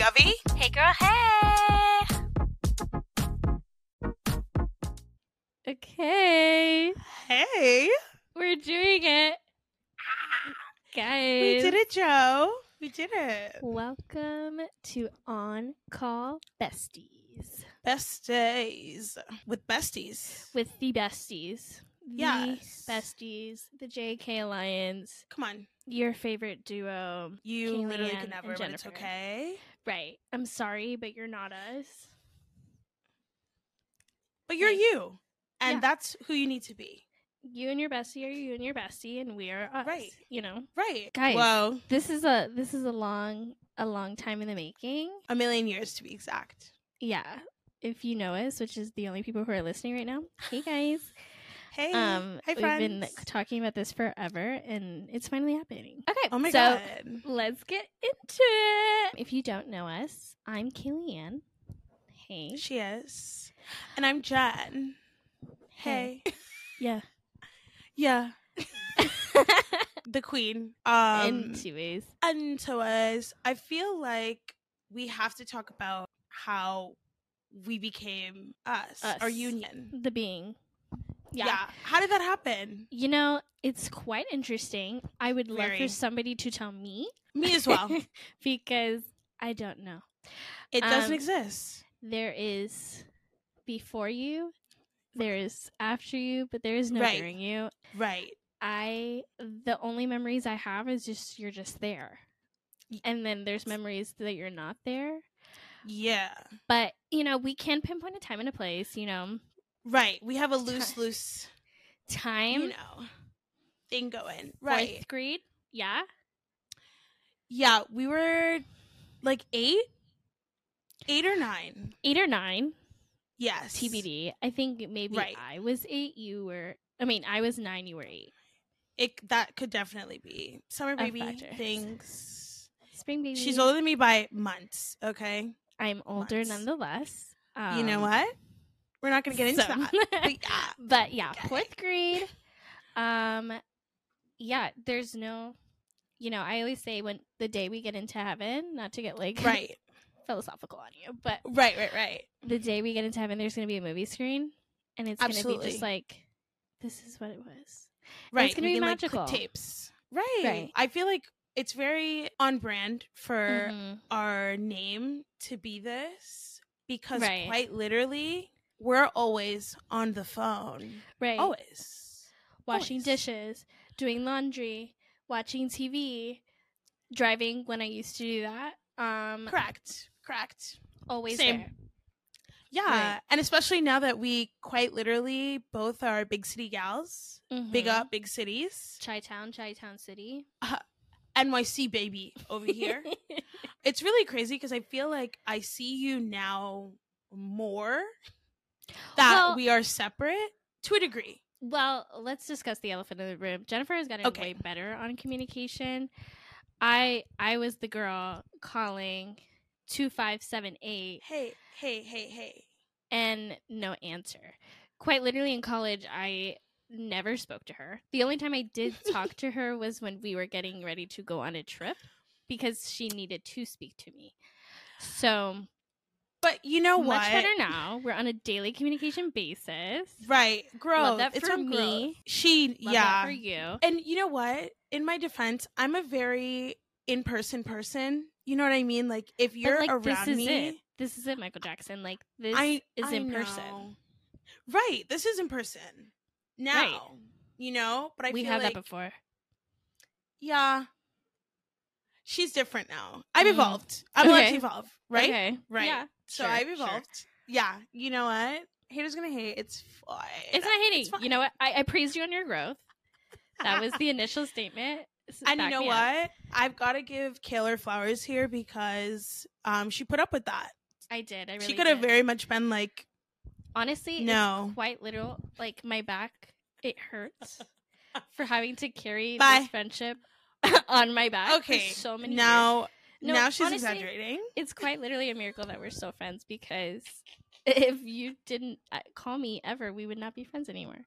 Abby. Hey, girl, hey! Okay, Hey. we're doing it. Guys, We did it, Joe. We did it. Welcome to On Call Besties Best days with besties. with the besties. The Yes. besties, the JK Alliance, Come on. your favorite duo. You Kaylee literally Ann could never, and but it's Jennifer. okay. Right. I'm sorry, but you're not us. But you're Right. you. And Yeah. that's who you need to be. You and your bestie are you and your bestie, and we are us. Right. You know, Right. Guys. Well, this is a this is a long a long time in the making. a million years to be exact. Yeah. If you know us, which is the only people who are listening right now, hey guys. Hey. Um, hey, we've friends. been talking about this forever, and it's finally happening. Okay. oh my so God. Let's get into it. If you don't know us, I'm Kaylee Ann. Hey. She is. And I'm Jen. Hey. Yeah. yeah. The queen. Um, In two ways. And to us, I feel like we have to talk about how we became us, our Us. union. The being. Yeah. How did that happen? You know, it's quite interesting. I would love Very. for somebody to tell me Me as well. because I don't know. It doesn't Um, exist. There is before you, there is after you, but there is no Right. during you. Right. I the only memories I have is just you're just there. Y- And then there's memories that you're not there. Yeah. But, you know, we can pinpoint a time and a place, you know. Right. We have a loose, loose, Time you know, thing going. fourth Right. grade. Yeah. Yeah. We were like eight, eight or nine. Eight or nine. Yes. TBD. I think maybe Right. I was eight, you were I mean, I was nine, you were eight. It that could definitely be summer baby factors. things. Spring baby. She's older than me by months. Okay. I'm older months. nonetheless. you know Um, what? We're not going to get into some. that. But yeah, but yeah, Okay. fourth grade. Um, yeah, there's no, you know, I always say when the day we get into heaven, not to get like right, philosophical on you, but right, right, right. the day we get into heaven, there's gonna be a movie screen, and it's gonna be Absolutely. just like, this is what it was. Right. gonna we be can, like, click magical. tapes. Right. Right. I feel like it's very on brand for Mhm. our name to be this because Right. quite literally, we're always on the phone. Right, Always. washing always. dishes, doing laundry, watching TV, driving when I used to do that. Um, Correct. Correct. always Same. there. Yeah. Right. And especially now that we quite literally both are big city gals, big Mhm. up, big cities, Chi Town, Chi Town City. NYC baby over here. It's really crazy because I feel like I see you now more that Well- we are separate to a degree. Well, let's discuss the elephant in the room. Jennifer has gotten Okay. way better on communication. I I was the girl calling two five seven eight Hey, hey, hey, hey. and no answer. Quite literally in college I never spoke to her. The only time I did talk to her was when we were getting ready to go on a trip because she needed to speak to me. So But you know what? much better now. We're on a daily communication basis. Right, growth. Love that it's for on growth. me. She, Love yeah. that for you. And you know what? In my defense, I'm a very in-person person. You know what I mean? Like if you're but, like, around this is me, it. This is it, Michael Jackson. Like this I is I in person. know. Right, this is in person. Now, you know, but I we feel had like that before. Yeah. She's different now. I've Mm. evolved. I'm allowed Okay. to evolve, right? Okay. Right. Yeah. So Sure, I've sure. evolved. Yeah. You know what? Haters gonna hate. It's fine. It's not hating. It's fine. you know what? I, I praised you on your growth. That was the initial statement. S- and you back know me up. what? I've got to give Kaylor flowers here because um she put up with that. I did. I really she could have did. very much been like, honestly it's No. quite literal. Like my back, it hurts for having to carry Bye. this friendship on my back. for okay, so many years. now No, now she's honestly, exaggerating. it's quite literally a miracle that we're still friends because if you didn't uh, call me ever, we would not be friends anymore.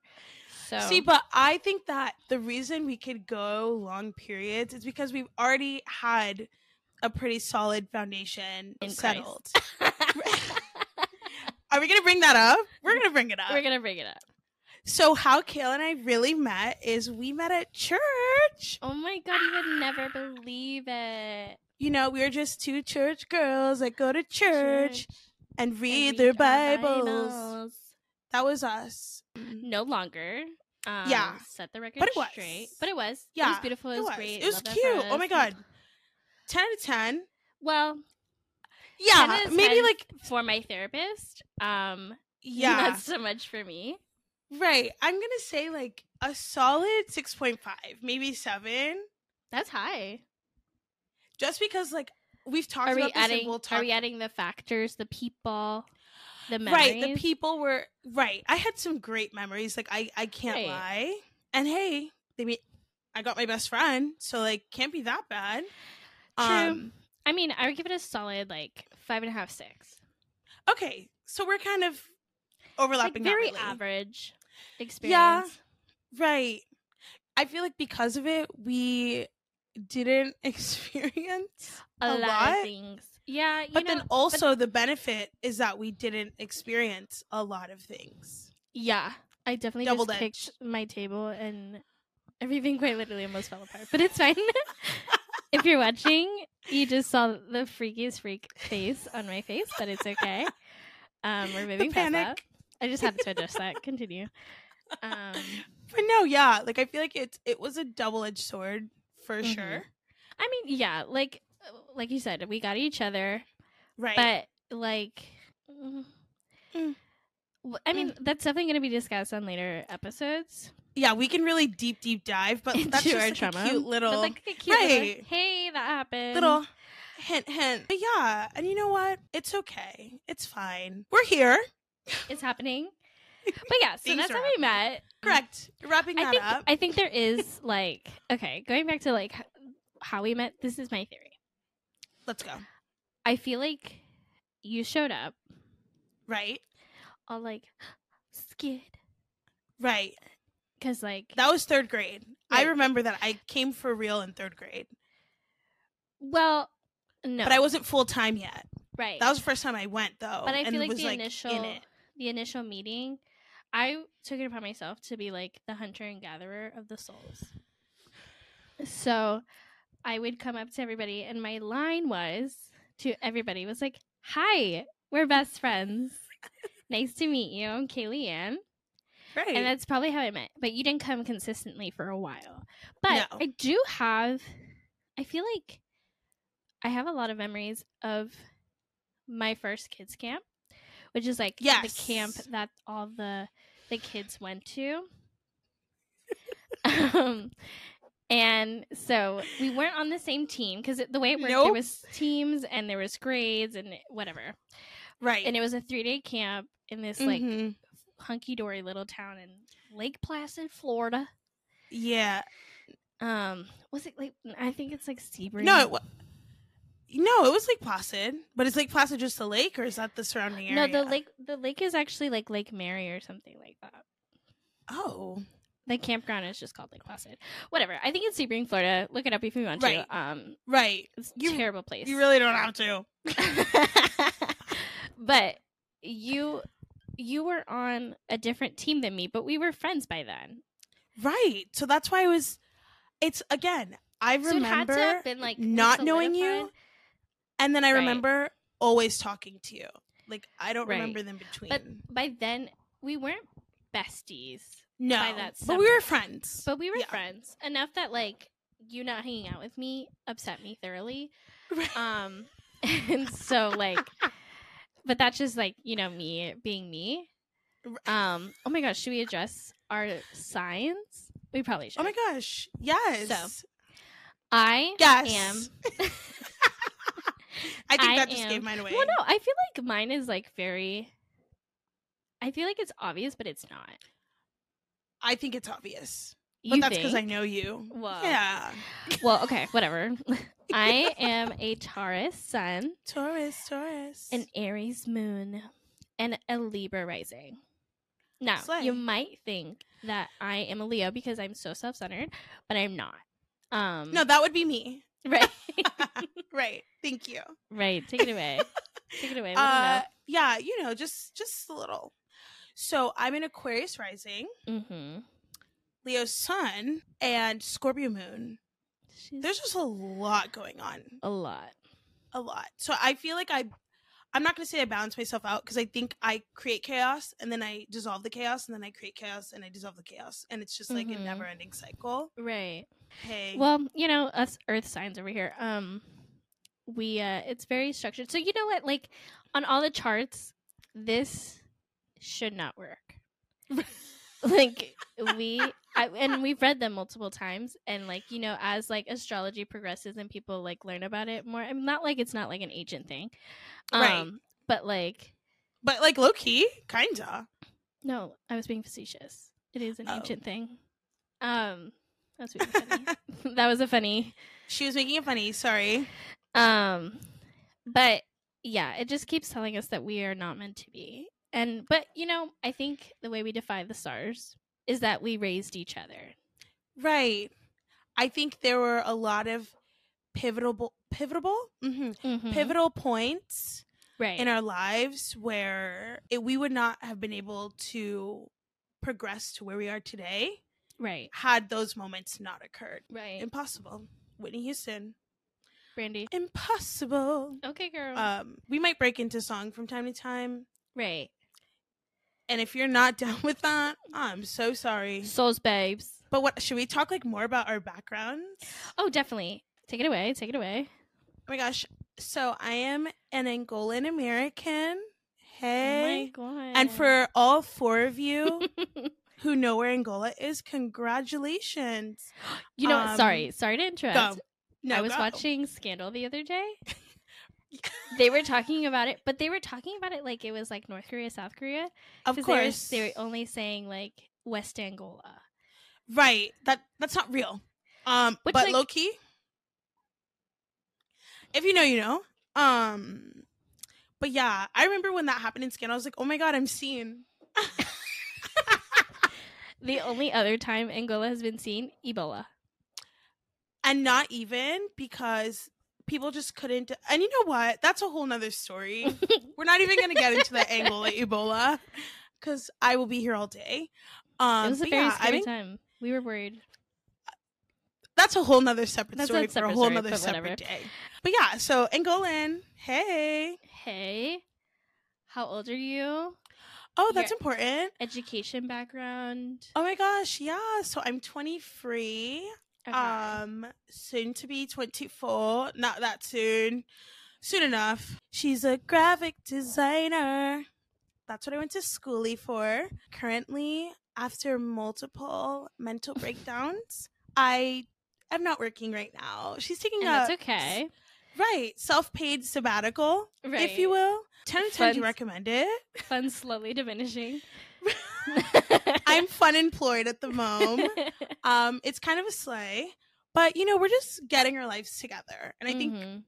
So See, but I think that the reason we could go long periods is because we've already had a pretty solid foundation In settled. Are we gonna bring that up? We're gonna bring it up. We're gonna bring it up. so how Kale and I really met is we met at church. Oh my god, you would never believe it. You know, we were just two church girls that go to church, and and read, their our Bibles. Bibles. That was us. Mm. No longer. Um, Yeah. Set the record But it was. straight. But it was. It was Yeah, beautiful. It, It was, was. great. It was Love that cute. for Oh us. my god. Ten out of ten. Well, Yeah. 10 is Maybe 10. like for my therapist, um, yeah. not so much for me. Right. I'm gonna say like a solid six point five, maybe seven. That's high. Just because like we've talked Are we about this adding? and we'll talk Are we adding the factors, the people, the Right. memories? The people were right. I had some great memories. Like I, I can't Right. lie. And hey, they mean I got my best friend, so like can't be that bad. Um, True. I mean, I would give it a solid like five and a half, six. okay. So we're kind of Like overlapping. not very really. average experience. Yeah. Right. I feel like because of it, we didn't experience A a, lot, of lot? things. Yeah, you but know, then also the benefit is that we didn't experience a lot of things yeah, I definitely Double just kicked my table and everything quite literally almost fell apart. But it's fine. if you're watching, you just saw the freakiest freak face on my face, but it's okay. Um, we're moving past that. panic. I just had to adjust that. Continue. Um, but no yeah like i feel like it's it was a double-edged sword for Mhm. sure I mean, yeah, like like you said, we got each other. right but like mm. Mm. W- i mean that's definitely going to be discussed on later episodes yeah we can really deep deep dive but into that's just our like trauma a cute little That's, like, um, a cute little, Right. hey that happened little hint hint but yeah and you know what it's okay it's fine we're here it's happening but yeah so Things that's are how we met correct wrapping that Mm-hmm. i think up i think there is like okay going back to like h- how we met this is my theory let's go i feel like you showed up right all like skid right because like that was third grade i Right. remember that i came for real in third grade well no but i wasn't full-time yet right That was the first time I went though. but I and feel like was, the in initial it. the initial meeting, I took it upon myself to be like the hunter and gatherer of the souls. So I would come up to everybody, and my line was to everybody was like, "Hi, we're best friends. nice to meet you. I'm Kaylee Ann." Right. And that's probably how I met. But you didn't come consistently for a while. But No. I do have I feel like I have a lot of memories of my first kids camp, which is like the camp Yes. that all the the kids went to. um and so we weren't on the same team because the way it worked, there Nope. was teams and there was grades and whatever, right. Mm-hmm. and it was a three day camp in this like hunky dory little town in Lake Placid, Florida. yeah. Um, was it like I think it's like Sebring? No, it wa- no, it was Lake Placid, but is Lake Placid just the lake, or is that the surrounding no, area? the lake the lake is actually like Lake Mary or something like that. Oh, The campground is just called Lake Placid. Whatever. I think it's Sebring, Florida. Look it up if you want Right. to. Um, right. it's a You- terrible place. You really don't have to. but you you were on a different team than me, but we were friends by then. Right. So that's why I was. It's again. I So it had remember to have been like not knowing you, solidified. and then I Right. remember always talking to you. Like I don't Right. remember them between. But by then we weren't besties. no, by that but we summer. were friends. But we were Yeah. friends enough that like you not hanging out with me upset me thoroughly. Right. Um and so like but that's just like, you know, me being me. Um oh my gosh, should we address our signs? We probably should. oh my gosh! Yes. I Yes. I think I that just am- gave mine away. Well no, I feel like mine is like very I feel like it's obvious, but it's not. I think it's obvious. But You that's because I think? know you. Whoa. Yeah. Well, okay, whatever. I am a Taurus sun. Taurus, Taurus. an Aries moon and a Libra rising. Now, Slay. you might think that I am a Leo because I'm so self-centered, but I'm not. Um no, that would be me. Right. right. Thank you. right. Take it away. Take it away. Let 'em Uh, yeah, you know, just just a little. So I'm an Aquarius rising, know. Mm-hmm. Leo sun, and Scorpio moon. She's There's just a lot going on, a lot. a lot. So I feel like I, I'm not gonna say I balance myself out because I think I create chaos and then I dissolve the chaos and then I create chaos and I dissolve the chaos and it's just like Mhm. a never ending cycle. Right. Hey, Well, you know, us earth signs over here. Um we uh it's very structured. So you know what? Like on all the charts, this should not work. like we I, and we've read them multiple times and like you know as like astrology progresses and people like learn about it more i'm not like it's not like an ancient thing um Right. but like but like low key, kinda. no i was being facetious it is an Oh. ancient thing um that was, being funny. that was a funny She was making it funny. Sorry. Um, but yeah, it just keeps telling us that we are not meant to be. And but you know, I think the way we defy the stars is that we raised each other. Right. I think there were a lot of pivotal, pivotal, hmm Mhm. pivotal points right? in our lives where it, we would not have been able to progress to where we are today right, had those moments not occurred. right. Impossible. Whitney Houston. Brandy. Impossible. Okay, girl. Um, we might break into song from time to time. right. And if you're not down with that, I'm so sorry. Souls, babes. But what should we talk like more about our backgrounds? Oh, definitely. Take it away. Take it away. Oh my gosh. So I am an Angolan American. Hey. Oh my god. and for all four of you who know where Angola is, congratulations. you know, um, what sorry, sorry to interrupt. Go. No, I was go. watching Scandal the other day. they were talking about it, but they were talking about it like it was like North Korea, South Korea. Of 'Cause they were- course. They were, only saying like West Angola. right. That that's not real. Um Which, but like- low key. If you know, you know. Um but yeah, I remember when that happened in Scan, I was like, oh my god, I'm seen. The only other time Angola has been seen, Ebola. and not even because people just couldn't and you know what that's a whole nother story we're not even gonna get into the angola ebola because i will be here all day um it was a but very yeah, I scary mean, time. We were worried. that's a whole nother separate That's a story for separate a whole story, nother but separate whatever. day but yeah so angolan hey Hey, how old are you? oh that's Yeah. important Education background. oh my gosh yeah so i'm 23 Okay. um soon to be 24 not that soon soon enough she's a graphic designer that's what i went to schoolie for currently after multiple mental breakdowns i am not working right now she's taking and a that's okay. right self-paid sabbatical Right. if you will 10 out of 10 do you Fun- recommend it Fun's slowly diminishing. i'm fun employed at the moment um it's kind of a sleigh but you know we're just getting our lives together and i think Mhm.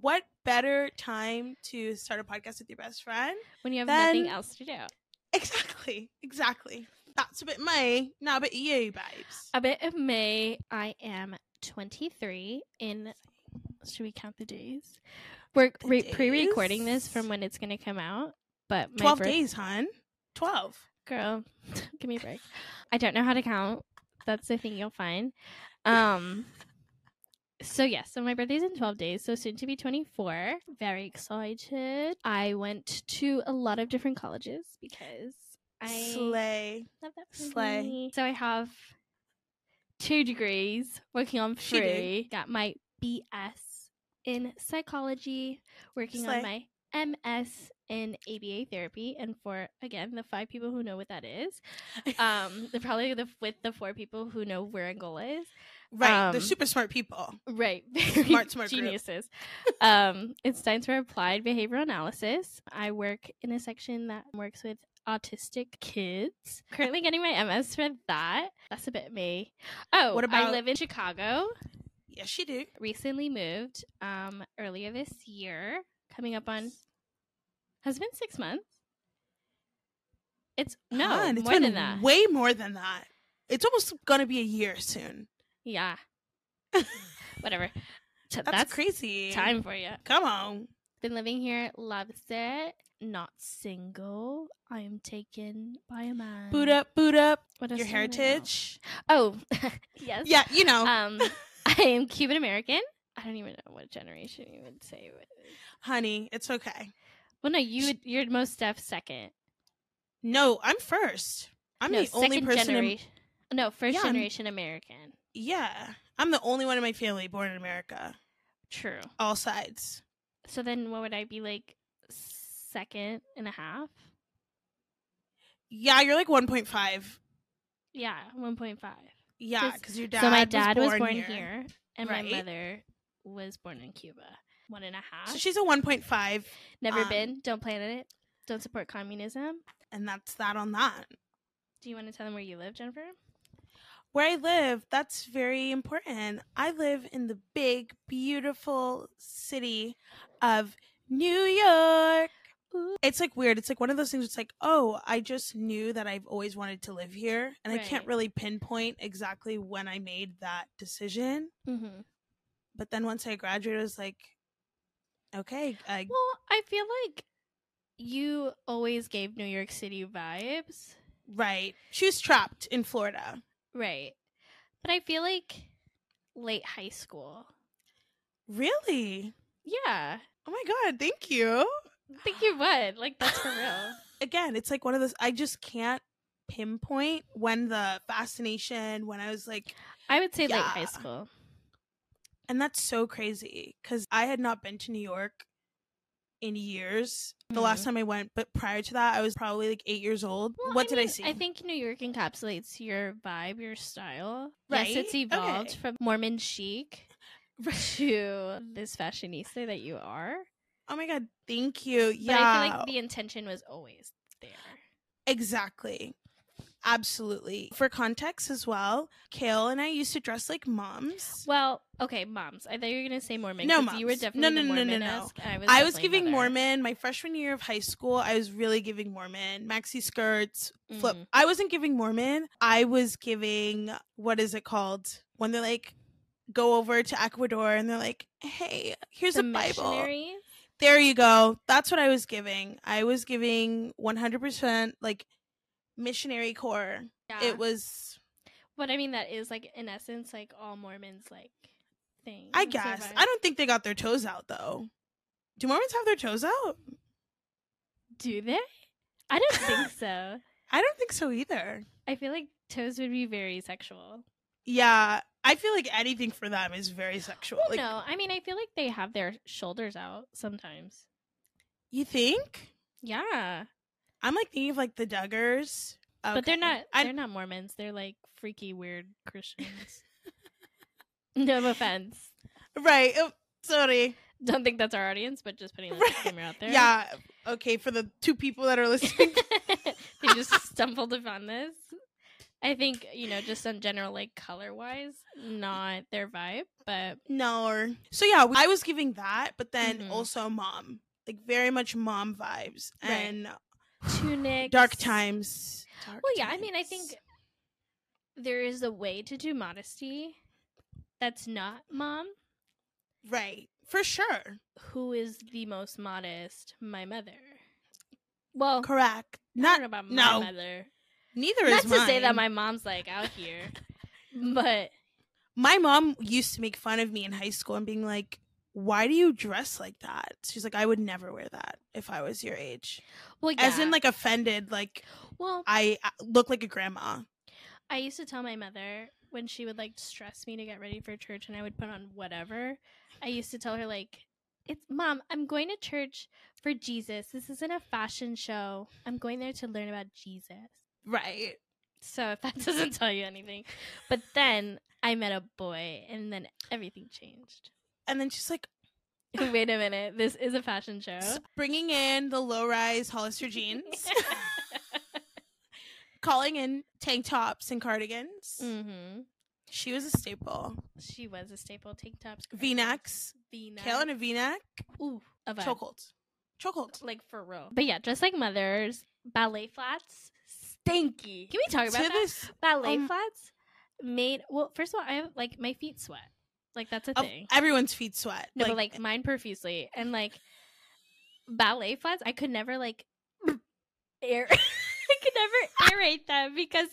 what better time to start a podcast with your best friend? when you have nothing then- else to do. Exactly, exactly. That's a bit me, not a bit you, babes. A bit of May. I am 23 in. Should we count the days? We're The re- pre-recording this days? from when it's gonna come out, but my Twelve birth- days, hon. Twelve. girl, give me a break. I don't know how to count. That's the thing you'll find. Um. So yes, so my birthday's in 12 days, so soon to be 24. Very excited. I went to a lot of different colleges because I Slay. Love that for Slay. me. So I have two degrees, working on She did. three. Got my BS in psychology, working on my Slay. MS in ABA therapy. And for again, the five people who know what that is, um, the- probably the with the four people who know where Angola is, Right, um, they're super smart people. right? Smart, smart group. geniuses. um, it stands for Applied Behavioral Analysis. I work in a section that works with autistic kids. Currently getting my MS for that. That's a bit me. Oh, What I about- live in Chicago. Yes, she do. Recently moved. Um, earlier this year, coming up on has it been six months. It's no Hon, it's more been than that. Way more than that. It's almost gonna be a year soon. yeah, whatever. T- That's, crazy. time for you. Come on. Been living here, loves it. Not single. I am taken by a man. Boot up, boot up. What Your else do I know? heritage. Oh, yes. Yeah, you know. Um, I am Cuban American. I don't even know what generation you would say. it is. Honey, it's okay. Well, no, you would, you're most def second. No, I'm first. I'm no, the only second person in generation. No, first Yeah, I'm- generation American. Yeah. I'm the only one in my family born in America. True. All sides. So then, what would I be like? Second and a half. Yeah, you're like 1.5. Yeah, one point five. Yeah, 'Cause- because your dad. so my dad was born, here. and Right. my mother was born in Cuba. One and a half. So she's a 1.5, Never um, been. Don't plan it. Don't support communism. and that's that on that. Do you want to tell them where you live, Jennifer? Where I live, that's very important. I live in the big, beautiful city of New York. It's like weird. It's like one of those things. It's like, oh, I just knew that I've always wanted to live here, and I can't Right. really pinpoint exactly when I made that decision. Mm-hmm. But then once I graduated, I was like, okay, I, Well, I feel like you always gave New York City vibes. right. She was trapped in Florida. Right. But I feel like late high school. Really? Yeah. Oh my god, thank you. I think you would. Like, that's for real. Again, it's like one of those I just can't pinpoint when the fascination when I was like I would say late high Yeah. school. and that's so crazy cuz I had not been to New York in years. The Mhm. last time I went, but prior to that I was probably like 8 years old. Well, what did I mean, see? I think New York encapsulates your vibe, your style. Yes, Right? it's evolved Okay. from Mormon chic to this fashionista that you are. oh my god, thank you. But Yeah. I feel like the intention was always there. Exactly. Absolutely. For context as well, Kale and I used to dress like moms. Well, okay, moms. I thought you were gonna say Mormon. No, 'cause You were moms. No, definitely no, no, no, the no, no. Mormon-esque, I was, I was definitely giving another. Mormon my freshman year of high school. I was really giving Mormon maxi skirts, flip. Mhm. I wasn't giving Mormon. I was giving what is it called when they like go over to Ecuador and they're like, "Hey, here's The a Bible." missionaries? There you go. That's what I was giving. I was giving 100% like missionary core. Yeah. It was But I mean, that is like in essence, like all Mormons like thing. I That's their guess. vibe. I don't think they got their toes out though. Do Mormons have their toes out? do they. I don't think so. I don't think so either. I feel like toes would be very sexual. Yeah, I feel like anything for them is very sexual. Well, Like, Oh, no, I mean, I feel like they have their shoulders out sometimes. You think? Yeah, I'm like thinking of like the Duggars. but they're Okay. not. I- They're not Mormons. They're like freaky, weird Christians. no offense. right. Oh, sorry. Don't think that's our audience, but just putting the Right. disclaimer out there. Yeah. Okay. For the two people that are listening, they just stumbled upon this. I think, you know, just on general, like color wise, not their vibe, but no. Or... So yeah, we- I was giving that, but then Mhm. also mom, like very much mom vibes Right. and tunic. dark times. Dark Well, yeah, I mean, I times. think there is a way to do modesty that's not mom. right for sure. Who is the most modest? My mother. Well, Correct. Oh. I don't Not know about my no. mother. neither Not is to say that mine. my mom's like out here, but my mom used to make fun of me in high school and being like, "Why do you dress like that?" She's like, "I would never wear that if I was your age." well, As in, yeah. like offended, like well, I uh, look like a grandma. I used to tell my mother when she would like stress me to get ready for church and I would put on whatever. I used to tell her like it's mom, I'm going to church for Jesus. This isn't a fashion show. I'm going there to learn about Jesus. Right. So if that doesn't tell you anything. But then I met a boy and then everything changed. And then she's like Wait a minute. This is a fashion show. s- bringing in the low-rise Hollister jeans, calling in tank tops and cardigans. mhm. She was a staple. She was a staple tank tops. cardigans, V-necks, V-neck. kale in a V-neck, Ooh, a vibe. chokehold, chokehold. like for real. But yeah, dress like mothers, ballet flats, stinky. Can we talk To about that? this, ballet um, flats made well. First of all, I have like my feet sweat. Like that's a Of- thing. Everyone's feet sweat. No, but like mine profusely and like ballet flats. I could never like air. I could never aerate them because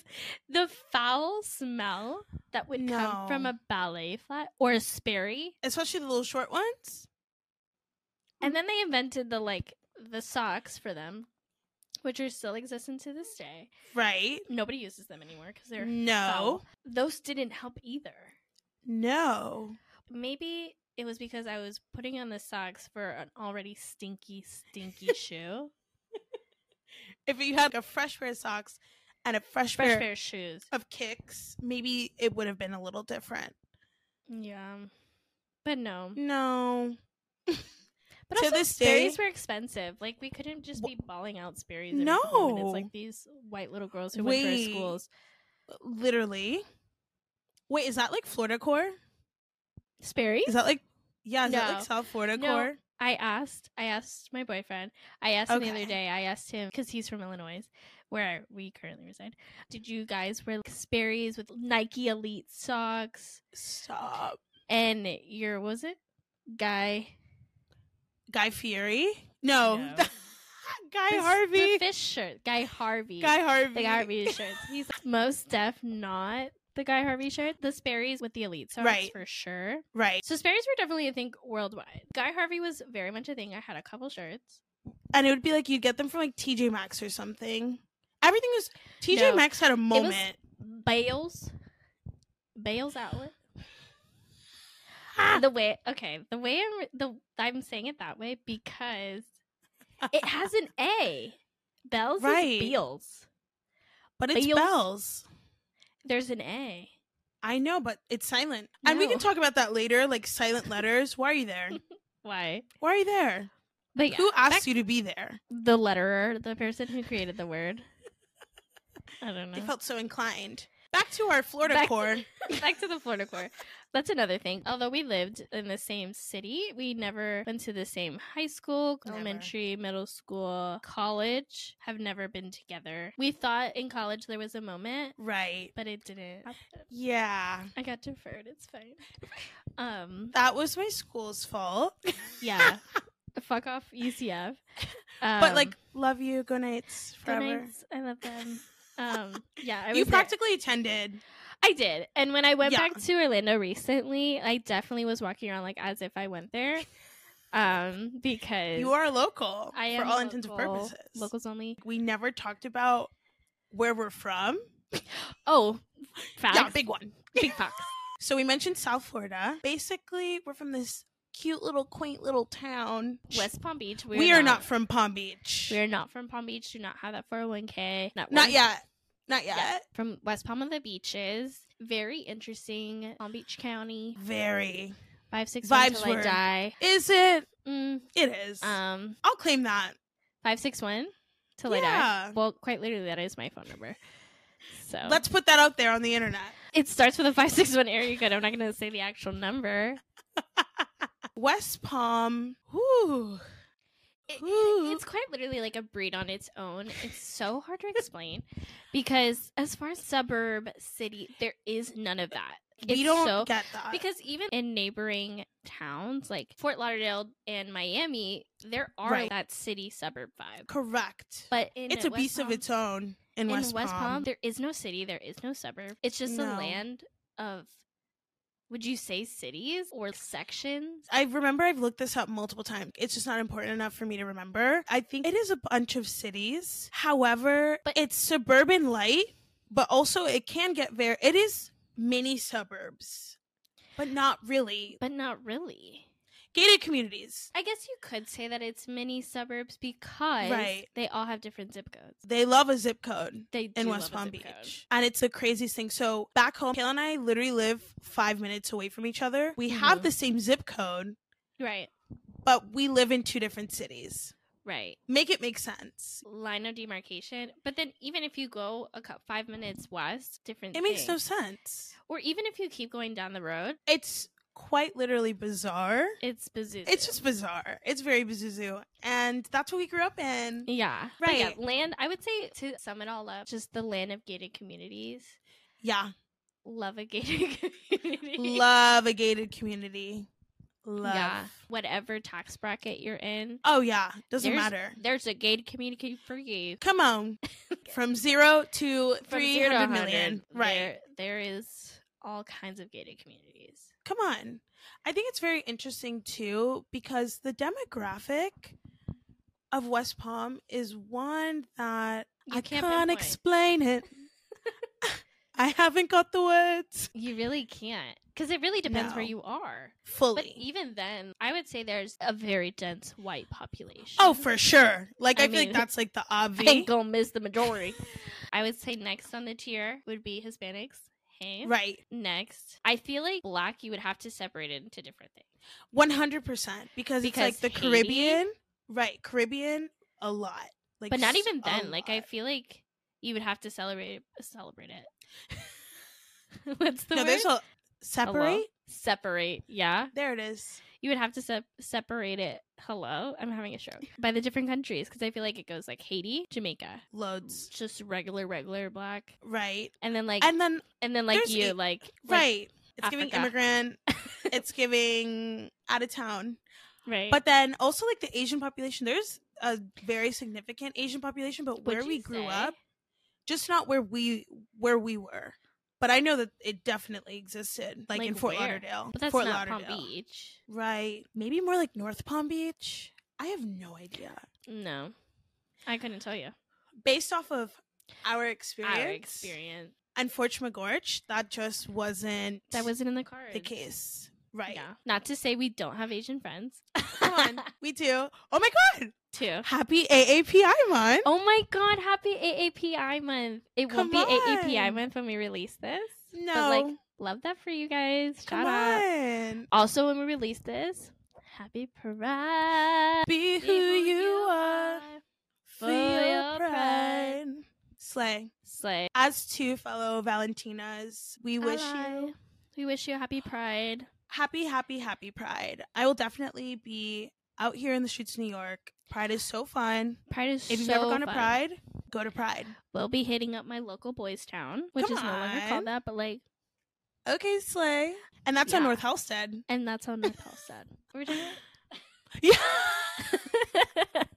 the foul smell that would come from No. a ballet flat or a Sperry. especially the little short ones. And then they invented the like the socks for them, which are still existent to this day. Right? Nobody uses them anymore because they're Mm. No. foul. Those didn't help either. No. maybe it was because I was putting on the socks for an already stinky, stinky shoe. If you had a fresh pair of socks and a fresh, Fresh pair, pair of shoes. of kicks, maybe it would have been a little different. Yeah. But no. No. But To also, this Sperry's day- were expensive. Like, we couldn't just be bawling out Sperry's. Every couple No. minutes, like these white little girls who went to Wait. our schools. Literally. Wait, is that like Florida core? Sperry's? Is that like yeah, is that No. like South Florida No. core? I asked, I asked my boyfriend, I asked him the Okay. other day, I asked him, because he's from Illinois, where we currently reside. Did you guys wear Sperry's with Nike Elite socks? Stop. and your what was it guy Guy Fieri? No. No. Guy the- Harvey. the fish shirt guy harvey Guy Harvey. the guy harvey shirts he's most def not the guy harvey shirt the sperry's with the elite socks Right. for sure Right. so sperry's were definitely i think worldwide guy harvey was very much a thing i had a couple shirts And it would be like you'd get them from like TJ Maxx or something. Everything was TJ No. Maxx had a moment. bales bales outlet Ah! the way okay the way i'm the i'm saying it that way because it has an a bells Right. is beals but it's Bales. bells. there's an a I know, but it's silent. And we can No. talk about that later, like silent letters. Why are you there? why Why are you there? But yeah, Who asked back- you to be there? the letterer, the person who created the word? I don't They know. felt so inclined. Back to our Florida Uh-huh. Back- core. Back to the Florida core. That's another thing. Although we lived in the same city, we never went to the same high school, Never. elementary, middle school, college. Have never been together. We thought in college there was a moment, Right. but it didn't. happen. Yeah. I got deferred. It's fine. Um. That was my school's fault. Yeah. Fuck off UCF. Um, but like, love you. Good nights. good Forever. nights. I love them. Um. Yeah. I you was there. practically attended. I did. And when I went Yeah. back to Orlando recently, I definitely was walking around like as if I went there. Um, because You are local I am for all intents and local- purposes. Locals only. We never talked about where we're from. Oh, facts. Yeah, big one. Big fox. So we mentioned South Florida. Basically, we're from this cute little quaint little town. West Palm Beach. We're not, from Palm Beach. We are not from Palm Beach. Do not have that 401k. not one- yet. Not Yeah. yet. From West Palm of the Beaches. Very interesting. Palm Beach County. Very. Five, six Vibes till I were- die. Is it? Mm, It is. um, I'll claim that. five, six, one till I Yeah. die. Well, quite literally, that is my phone number. So Let's put that out there on the internet. It starts with a five six one area code. I'm not gonna say the actual number. West Palm. Whew. Ooh. it's quite literally like a breed on its own. It's so hard to explain because as far as suburb city, there is none of that. It's we don't so get that. because even in neighboring towns like Fort Lauderdale and Miami, there are Right. that city suburb vibe. Correct. But in it's a West beast Palm- of its own in, in West, Palm. there is no city, there is no suburb. It's just a No. land land of would you say cities or sections? I remember I've looked this up multiple times. It's just not important enough for me to remember. I think it is a bunch of cities. However, But- it's suburban light, but also it can get very it is mini suburbs. But not really. But not really. Gated communities. I guess you could say that it's mini suburbs because Right. they all have different zip codes. They love a zip code They do in West love a Palm zip Beach. code. And it's the craziest thing. So back home, Kayla and I literally live five minutes away from each other. We have Mhm. the same zip code, Right, but we live in two different cities. right. Make it make sense. Line of demarcation. But then even if you go a cou- five minutes west, different. It makes no thing. sense. Or even if you keep going down the road, It's quite literally bizarre. it's Bazoo. It's just bizarre. It's very Bazoo. And that's what we grew up in. yeah, But yeah, Right. land. I would say to sum it all up, just the land of gated communities. Yeah. love a gated community. Love a gated community. Love. Yeah. Whatever tax bracket you're in, Oh yeah, doesn't There's- matter. there's a gated community for you. Come on, from zero to From three zero to hundred 100, million. Right. There, there is all kinds of gated communities. Come on. I think it's very interesting too because the demographic of West Palm is one that You I can't can't pinpoint. explain it. I haven't got the words You really can't. Because it really depends where No. you are. But fully. even then, I would say there's a very dense white population. Oh, for sure. Like I, I feel mean, like that's like the I ain't obvious. gonna miss the majority. I would say next on the tier would be Hispanics. Hey. Right. Next, I feel like black, you would have to separate it into different things. One hundred percent. Because it's like Because the Haiti- Caribbean. Right. Caribbean a lot. Like but not s- even a then. Like, I lot. feel like you would have to celebrate celebrate it. What's the No, word? there's a separate. Hello? Oh, Separate. Yeah. There it is. you would have to se- separate it. Hello, I'm having a stroke by the different countries because I feel like it goes like Haiti, Jamaica, Loads. just regular, regular black, Right. and then like and, Mm. And then then like there's you, a- like like- right it's giving Africa. immigrant it's giving out of town right. but then also like the asian population there's a very significant asian population but Would where you we grew say- up just not where we where we were but i know that it definitely existed like, Like in fort where? lauderdale but that's fort not lauderdale Palm Beach. right maybe more like north palm beach i have no idea No, I couldn't tell you based off of our experience, our experience. and fort mcgorge that just wasn't That wasn't in the cards. the case right Yeah. Not to say we don't have Asian friends. Come on, we do. Oh my god! Too. Happy AAPI month. Oh my god, happy AAPI month. It Come won't be AAPI on. month when we release this. no, Oh, But like love that for you guys. Shout come out. on. Also, when we release this, happy pride. Be who you are. Feel your your pride. pride. Slay. Slay. As two fellow Valentinas, we wish Ally. you We wish you a happy pride. happy, happy, happy Pride. I will definitely be out here in the streets of New York. Pride is so fun. Pride is If you've so never gone to fun. Pride, go to Pride. we'll be hitting up my local boys town, which Come is no longer on. called that, but like, Okay, Slay. And that's on Yeah. North Halstead. and that's how North Hall said. What were we talking Yeah. about?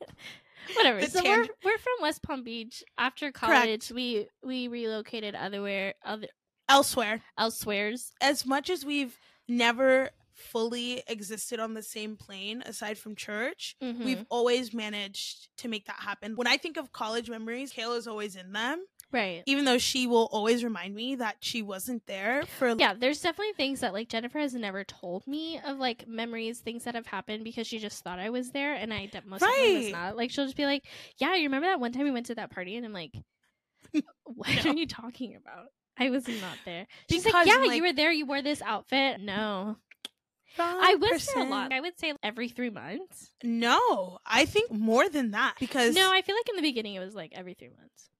Whatever. The so we're, tangent. we're from West Palm Beach. After college, we we relocated otherwhere, other Elsewhere. elsewheres. as much as we've never fully existed on the same plane aside from church, Mhm. we've always managed to make that happen. When I think of college memories, Kayla's always in them, right. even though she will always remind me that she wasn't there for yeah there's definitely things that like jennifer has never told me of like memories things that have happened because she just thought i was there and i de- most of the time was Right. not like she'll just be like yeah you remember that one time we went to that party and i'm like what No. are you talking about i was not there she's Because, like yeah like- you were there you wore this outfit no wrong i was there a person. lot i would say every three months No, I think more than that because no i feel like in the beginning it was like every three months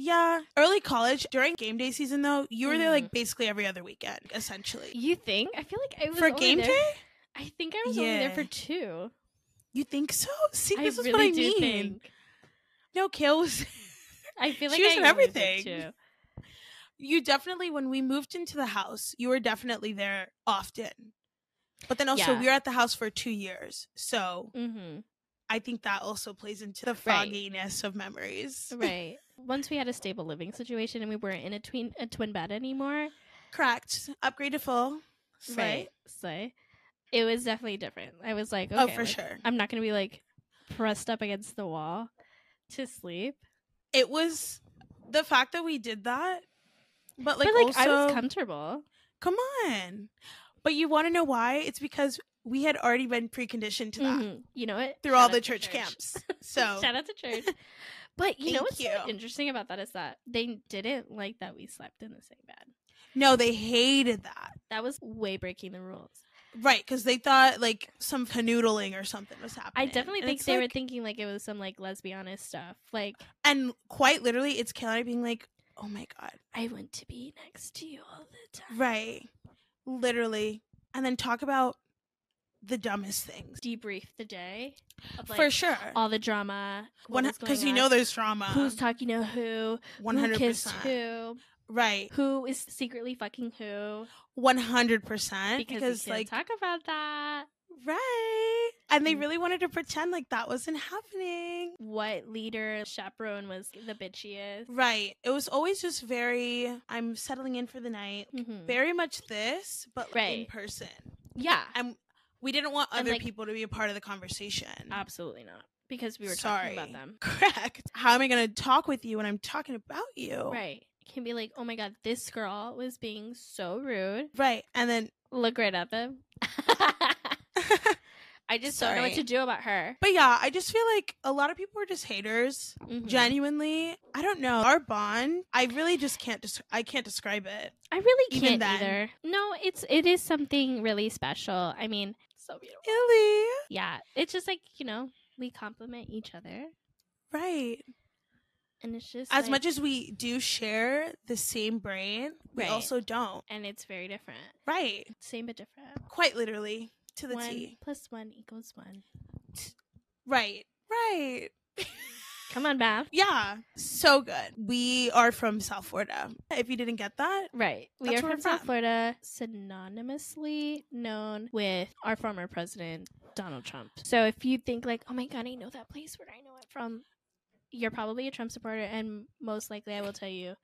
yeah, early college during game day season though, you were there Mhm. like basically every other weekend essentially. you think i feel like i was For only game there- day? i think i was only there Yeah. for two You think so? See, i this is really what I do mean. think No, Kayla was i feel She like was I in was everything. too. you definitely when we moved into the house you were definitely there often but then also Yeah. we were at the house for two years so mm-hmm i think that also plays into the Right. fogginess of memories Right. Once we had a stable living situation and we weren't in a tween a twin bed anymore. correct upgrade to full right So it was definitely different. I was like, okay, oh for like, sure I'm not gonna be like pressed up against the wall to sleep. it was the fact that we did that but like, but like I was also- comfortable. come on but you want to know why it's because we had already been preconditioned to that Mhm. You know what? through Shout all out the to church, camps so shout out to church. But you know Thank what's so you. interesting about that is that they didn't like that we slept in the same bed. no they hated that That was way breaking the rules. Right, because they thought like some canoodling or something was I happening. definitely And think it's they were like- thinking like it was some like lesbianist stuff. Like and quite literally, it's Kayla being like, "Oh my god!" I want to be next to you all the time. Right, literally, and then talk about the dumbest things Debrief the day of, like, for sure. all the drama. what was going Because you on, know there's drama. who's talking to who, One hundred who kissed percent. who. Right. Who is secretly fucking who? 100%. Because, Because, we like, can't talk about that. right. And they Mm. really wanted to pretend like that wasn't happening. What leader chaperone was the bitchiest? Right. It was always just very, I'm settling in for the night. Mhm. Very much this, but like, in Right. person. Yeah, And we didn't want And, other like- people to be a part of the conversation. absolutely not. Because we were Sorry. talking about them. Correct. How am I going to talk with you when I'm talking about you? Right. Can be like, oh my god, this girl was being so rude. Right. And then, Look right at them. I just don't know Sorry. what to do about her. but yeah, I just feel like a lot of people are just haters. Mhm. Genuinely, I don't know. Our bond, I really just can't. Des- I can't describe it. I really Even can't then. either. No, it's it is something really special. I mean, so beautiful. Illy, Yeah, it's just like you know we compliment each other, right? and it's just As like- much as we do share the same brain, we Right. also don't. and it's very different. Right. Same but different. Quite literally to the one T. plus one equals one. Right. Right. Come on, Bab. Yeah. So good. We are from South Florida. If you didn't get that, Right. We That's where are from I'm South from. Florida, synonymously known with our former president, Donald Trump. So if you think, like, oh my God, I know that place where I know it from, you're probably a Trump supporter. And most likely, I will tell you,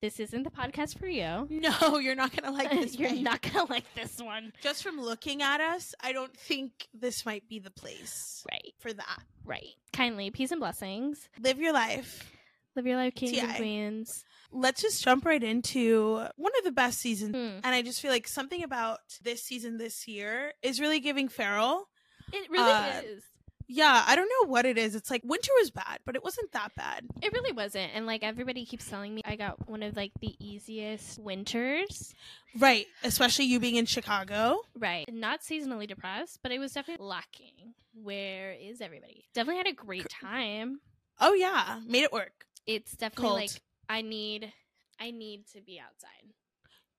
this isn't the podcast for you. no, you're not gonna like this. you're babe. not going to like this one. Just from looking at us, I don't think this might be the place Right. for that. Right. Kindly, peace and blessings. Live your life. Live your life, kings and TI. queens. Let's just jump right into one of the best seasons. Hmm. And I just feel like something about this season this year is really giving Farrell. It really Uh, is. Yeah, I don't know what it is. It's like winter was bad, but it wasn't that bad. It really wasn't. And like everybody keeps telling me I got one of like the easiest winters. Right. Especially you being in Chicago. Right. Not seasonally depressed, but it was definitely lacking. Where is everybody? Definitely had a great time. Oh, yeah. Made it work. It's definitely Cold. like I need I need to be outside.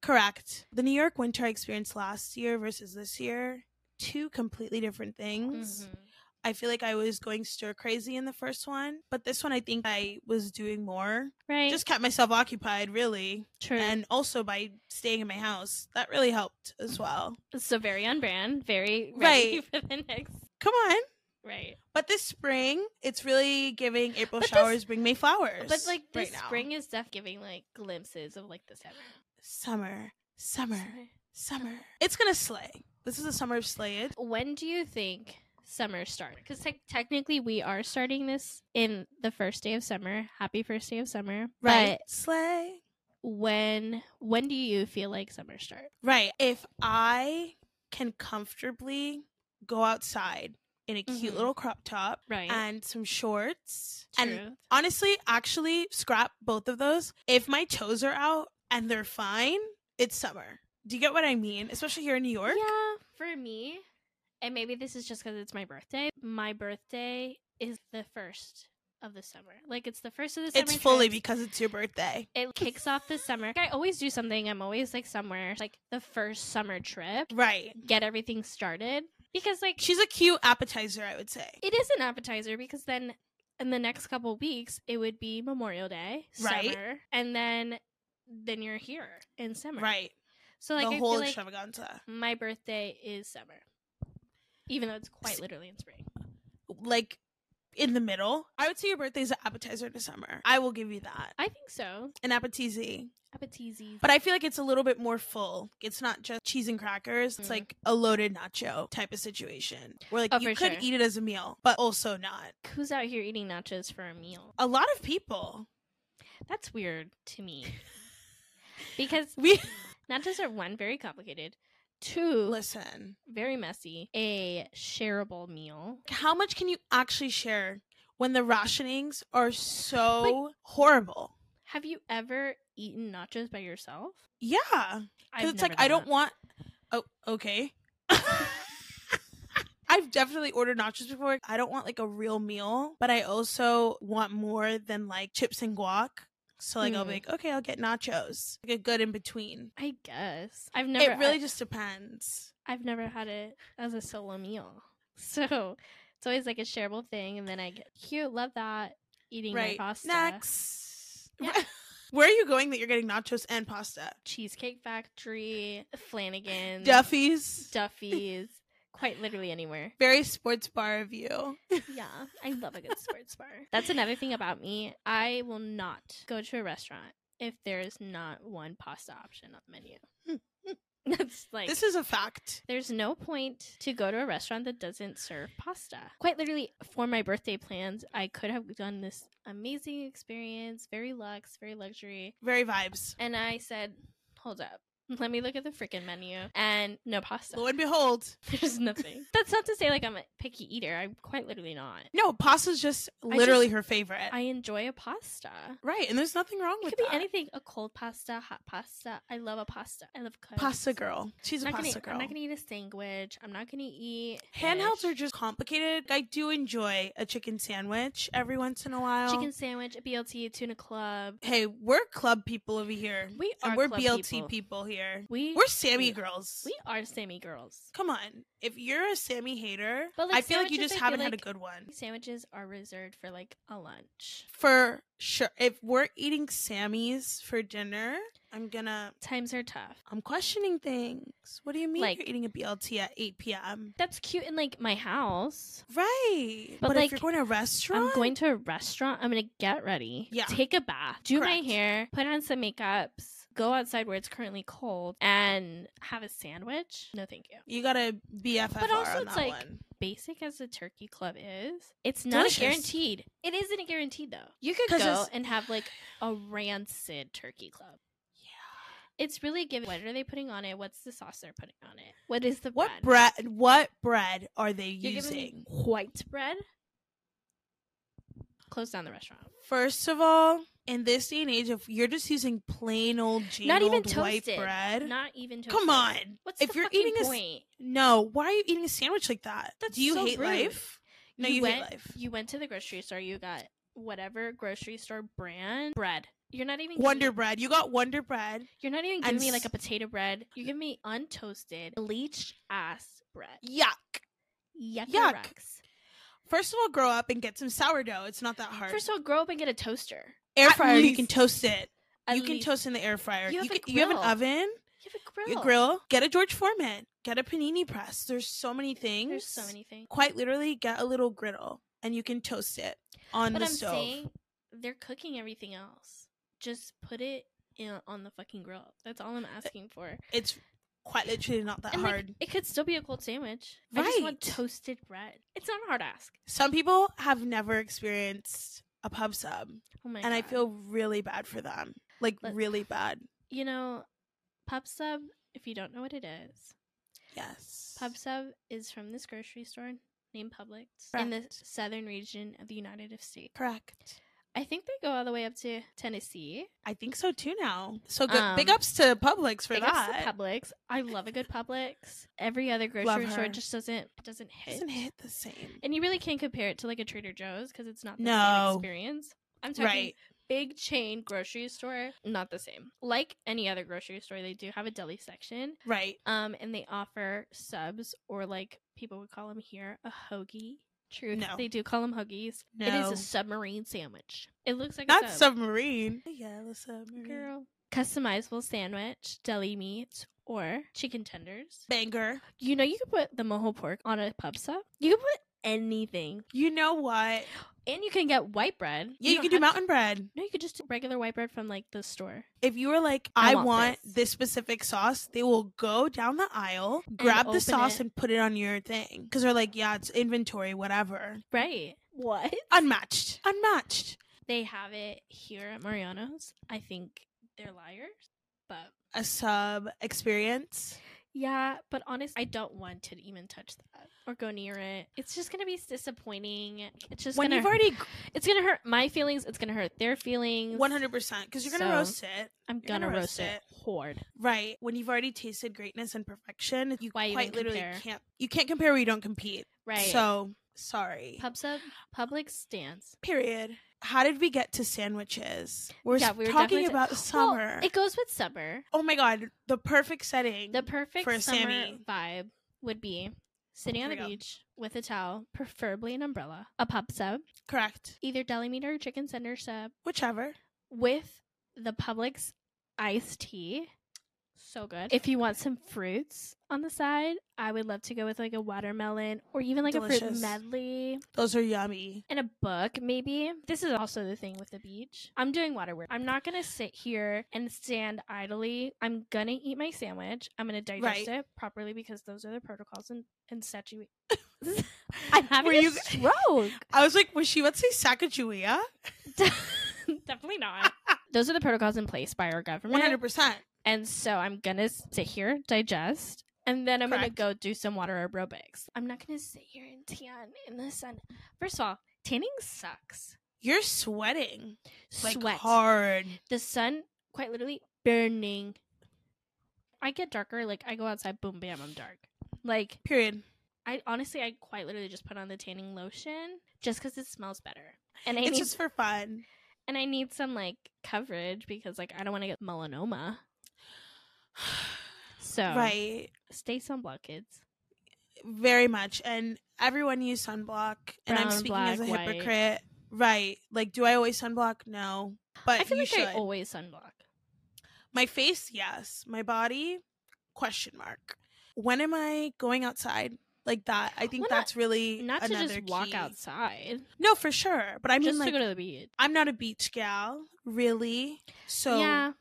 Correct. The New York winter I experienced last year versus this year, two completely different things. Mhm. I feel like I was going stir crazy in the first one, but this one I think I was doing more. Right. Just kept myself occupied, really. true. And also by staying in my house, that really helped as well. so very on brand, very ready Right. for the next Come on. right. But this spring, it's really giving April But this- showers bring May flowers. But like right this now. spring is def giving like glimpses of like the summer. summer, summer, summer. It's gonna slay. This is a summer of slayed. When do you think summer starts? Because te- technically, we are starting this in the first day of summer. Happy first day of summer. Right. slay. But when when do you feel like summer starts? Right. If I can comfortably go outside in a cute Mhm. little crop top Right. and some shorts and True. honestly actually scrap both of those if my toes are out and they're fine it's summer do you get what i mean especially here in new york yeah. For me, and maybe this is just because it's my birthday. My birthday is the first of the summer. Like it's the first of the summer. it's fully trips. because it's your birthday it kicks off the summer. I always do something. I'm always like somewhere, like the first summer trip. right get everything started because like she's a cute appetizer i would say it is an appetizer because then in the next couple weeks it would be Memorial Day, Right. summer, and then then you're here in summer. right So like the I whole feel like extravaganza my birthday is summer. Even though it's quite S- literally in spring. like in the middle i would say your birthday is an appetizer to summer i will give you that I think so. an appetizer Appetizer. but i feel like it's a little bit more full it's not just cheese and crackers it's Mm. like a loaded nacho type of situation where like Oh, you for could sure. eat it as a meal but also not Who's out here eating nachos for a meal? a lot of people. That's weird to me. because We nachos are one, very complicated. Two, listen. very messy. A shareable meal. How much can you actually share when the rationings are so horrible? Have you ever eaten nachos by yourself? Yeah, 'Cause I've it's like never I done don't want. Oh, okay. I've definitely ordered nachos before. I don't want like a real meal, but I also want more than like chips and guac. So like I'll be Hmm. like, okay, I'll get nachos, like a good in between. that. I guess I've never. it really I, just depends. I've never had it as a solo meal, so it's always like a shareable thing. And then I get cute, love that eating Right. my pasta. Next. Yeah. Where are you going that you're getting nachos and pasta? Cheesecake Factory, Flanagan's, Duffy's. Duffy's, quite literally anywhere. Very sports bar of you. Yeah, I love a good sports bar. That's another thing about me. I will not go to a restaurant if there is not one pasta option on the menu. That's like this is a fact. there's no point to go to a restaurant that doesn't serve pasta. Quite literally, for my birthday plans, I could have done this amazing experience, very luxe, very luxury. Very vibes. And I said, hold up. Let me look at the freaking menu and no pasta. Lo and behold, There's nothing. That's not to say like I'm a picky eater. I'm quite literally not. no, pasta's just literally her favorite. I enjoy a pasta. right, and there's nothing wrong It with could be that. anything. A cold pasta, hot pasta. I love a pasta. I love cookies. Pasta girl. She's I'm a not, pasta gonna, girl. I'm not gonna eat a sandwich. I'm not gonna eat Handhelds fish. are just complicated. I do enjoy a chicken sandwich every once in a while. chicken sandwich, a BLT, tuna club. Hey, we're club people over here. We and are we're club BLT people. people. here. We We're Sammy we- girls. we are Sammy girls. Come on. If you're a Sammy hater, But, like, I feel like you sandwiches, just I feel haven't had a like- good one. Sandwiches are reserved for like a lunch. For sure. If we're eating Sammy's for dinner, I'm gonna Times are tough. I'm questioning things. What do you mean Like- you're eating a BLT at 8 p.m.? That's cute in like my house. Right. But, But, if like, you're going to a restaurant, I'm going to a restaurant. I'm gonna get ready. Yeah. Take a bath. Do Correct. my hair. Put on some makeups. Go outside where it's currently cold and have a sandwich. No, thank you. you gotta BFFR But also on it's that like- one. Basic as the turkey club is, it's not Delicious. guaranteed. It isn't guaranteed though. You could 'Cause go it's- and have like a rancid turkey club. It's really given. What are they putting on it? What's the sauce they're putting on it? What is the What bread? bread? What bread are they You're giving me using? white bread. Close down the restaurant. First of all, in this day and age, if you're just using plain old Jane Not even old white toasted. bread, Not even. Toasted. come on. What's If the you're fucking eating a s- point? No, why are you eating a sandwich like that? That's do you so hate rude. life? No, you, went, hate life. You went to the grocery store. You got whatever grocery store brand bread. You're not even Wonder Giving, bread. You got Wonder bread. you're not even and giving me like s- a potato bread. You're giving me untoasted, bleached ass bread. Yuck. Yuck. Yuck. First of all, grow up and get some sourdough. It's not that hard. First of all, grow up and get a toaster. air at fryer, you can least- toast it. At you can least- toast in the air fryer. You You, have a can- you have an grill. oven, You have a grill. you grill. Get a George Foreman. Get a panini press. There's so many things. There's so many things. Quite literally, get a little griddle and you can toast it on But the I'm stove. saying they're cooking everything else. Just put it in, on the fucking grill. That's all I'm asking for. It's quite literally not that And like, Uh, hard. it could still be a cold sandwich. I just want Right. toasted bread. It's not a hard ask. Some people have never experienced a pub sub, Oh my and I God. feel really bad for them. Like Let- really bad. you know, pub sub. If you don't know what it is, Yes. pub sub is from this grocery store named Publix in the Correct. southern region of the United States. Correct. I think they go all the way up to Tennessee. I think so too now. So good. big Um, ups to Publix for Big ups to that. Publix. I love a good Publix. Every other Love grocery store her. just doesn't doesn't hit. Doesn't hit the same. And you really can't compare it to like a Trader Joe's because it's not the No. same experience. I'm talking Right. big chain grocery store, not the same. Like any other grocery store, they do have a deli section, Right. um, and they offer subs or like people would call them here a hoagie. True, No. they do call them hoagies. It is No. a submarine sandwich. It looks like Not a sub. submarine. Yeah, the submarine. girl. Customizable sandwich, deli meats, or chicken tenders. Banger. You know you could put the mojo pork on a pub sub. You could put anything. You know what? And you can get white bread. Yeah, you, don't can do have to- mountain bread. No, you could just do regular white bread from like the store. If you were like, I, I want, want this. this. specific sauce, they will go down the aisle, grab the open sauce, it. and put it on your thing. Because they're like, yeah, it's inventory, whatever. Right. What? Unmatched. Unmatched. They have it here at Mariano's. I think they're liars. But A sub experience. yeah, but honestly, I don't want to even touch that or go near it. It's just gonna be disappointing. It's just when gonna you've already it's gonna hurt my feelings, it's gonna hurt their feelings. 100%, because you're going to So- roast it. I'm You're gonna gonna, roast roast it. Hard. Right. When you've already tasted greatness and perfection, you Why even quite literally compare? can't. You can't compare where you don't compete. Right. So, sorry. Pub sub public stands. Period. How did we get to sandwiches? We're Yeah, s- we were talking definitely- about summer. Well, it goes with summer. oh my god, the perfect setting. The perfect Mm, for summer Sammy. vibe would be sitting on Here the we go. beach with a towel, preferably an umbrella, a pub sub, Correct. either deli meat or chicken tender sub, Whichever. with the Publix iced tea. So good. If you want some fruits on the side, I would love to go with like a watermelon or even like a fruit Delicious. medley Those are yummy. and a book maybe. This is also the thing with the beach. I'm doing water work. I'm not going to sit here and stand idly. I'm going to eat my sandwich. I'm going to digest it properly because those are the protocols and and satu- I'm having Were a you- stroke. I was like, was she about to say Sacagawea? Mm-hmm. Definitely not. Those are the protocols in place by our government. 100%. And so I'm gonna sit here, digest, and then I'm Correct. gonna go do some water aerobics. I'm not gonna sit here and tan in the sun. First of all, tanning sucks. You're sweating. Like Sweat. hard. The sun, quite literally, burning. I get darker. Like I go outside, boom, bam, I'm dark. Like Period. I honestly, I quite literally just put on the tanning lotion just because it smells better. And I it's need, just for fun. and I need some like coverage because like I don't want to get melanoma. So Right. stay sunblock, kids. Very much. And everyone use sunblock. And I'm Brown, speaking as a black, white. hypocrite. Right. Like, do I always sunblock? No. But I Uh, feel you like should. I always sunblock. My face, yes. My body, question mark. When am I going outside like that? I think Well, not- that's really Not to another just walk key. outside. No, for sure. But I mean, just like, to go to the beach. I'm not a beach gal, really. So yeah.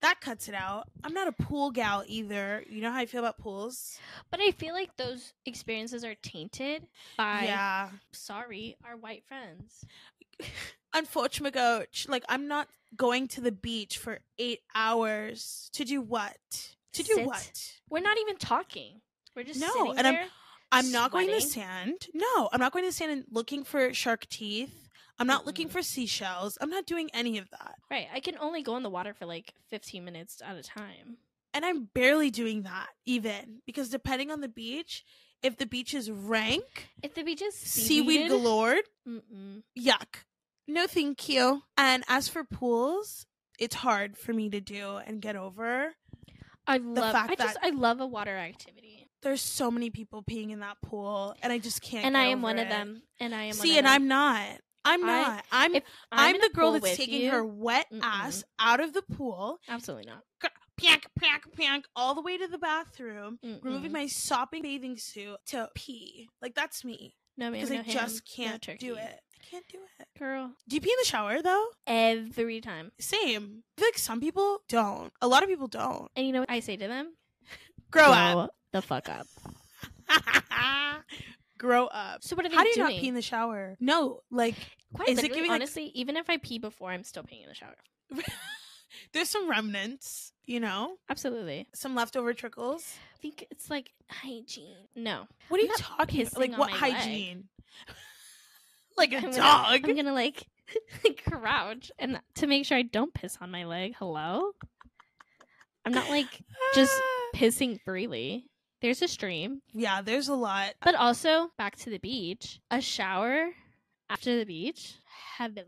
that cuts it out. I'm not a pool gal either. You know how I feel about pools? But I feel like those experiences are tainted by yeah. sorry, our white friends. Unfortunately, coach, like I'm not going to the beach for eight hours to do what? To do Sit. what? We're not even talking. We're just No, sitting and I'm- there. I'm not going to Sweating. sand. No, I'm not going to sand and looking for shark teeth. I'm not looking Mm-mm. for seashells. I'm not doing any of that. Right. I can only go in the water for like fifteen minutes at a time. And I'm barely doing that even because depending on the beach, if the beach is rank, If the beach is seaweed seaweed, galore, Mm-mm. yuck. No, thank you. And as for pools, it's hard for me to do and get over. I love. fact I just that- I love a water activity, There's so many people peeing in that pool, and I just can't. and get I am over one of it. them. And I am. See, one and of them. I'm not. I'm I- not. I'm If I'm, in a the girl pool that's with taking you- her wet Mm-mm. ass out of the pool, Absolutely not. pank, pank, pank, all the way to the bathroom, Mm-mm. removing my sopping bathing suit to pee. Like that's me No, ma'am, because no I ham, just no can't turkey. do it. I can't do it. girl. Do you pee in the shower though? Every time, Same. I feel like some people don't. A lot of people don't. and you know what I say to them? Grow up. the fuck up. Grow up. So what are they How do you doing? not pee in the shower? No, like Quite Is it literally, giving, like- honestly, even if I pee before, I'm still peeing in the shower. there's some remnants, you know, Absolutely. some leftover trickles. I think it's like hygiene. No, What are I'm you not talking about? pissing Like on what my leg. hygiene? like a I'm gonna- dog. I'm gonna like crouch and to make sure I don't piss on my leg. Hello. I'm not like just- Ah. pissing freely. There's a stream, Yeah, there's a lot. but also back to the beach. A shower after the beach, heavenly.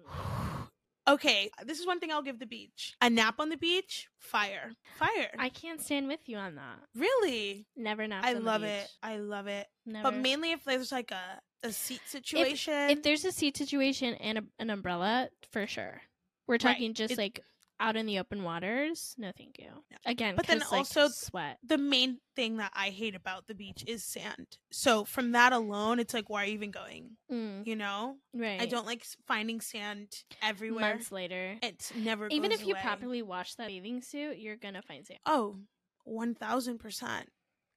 okay, this is one thing I'll give the beach. A nap on the beach, fire. Fire. I can't stand with you on that. really? Never naps. I on the love beach. it. I love it. Never. But mainly if there's like a, a seat situation. if there's a seat situation and a, an umbrella, for sure. We're Right. talking just It- like out in the open waters. No, thank you. Again, But then 'cause, like, also- sweat. the main thing that I hate about the beach is sand. So from that alone, it's like why are you even going? Mm, You know? right. I don't like s- finding sand everywhere. Months later, It never even goes if you away. properly wash that bathing suit, you're gonna find sand. Oh, 1000%.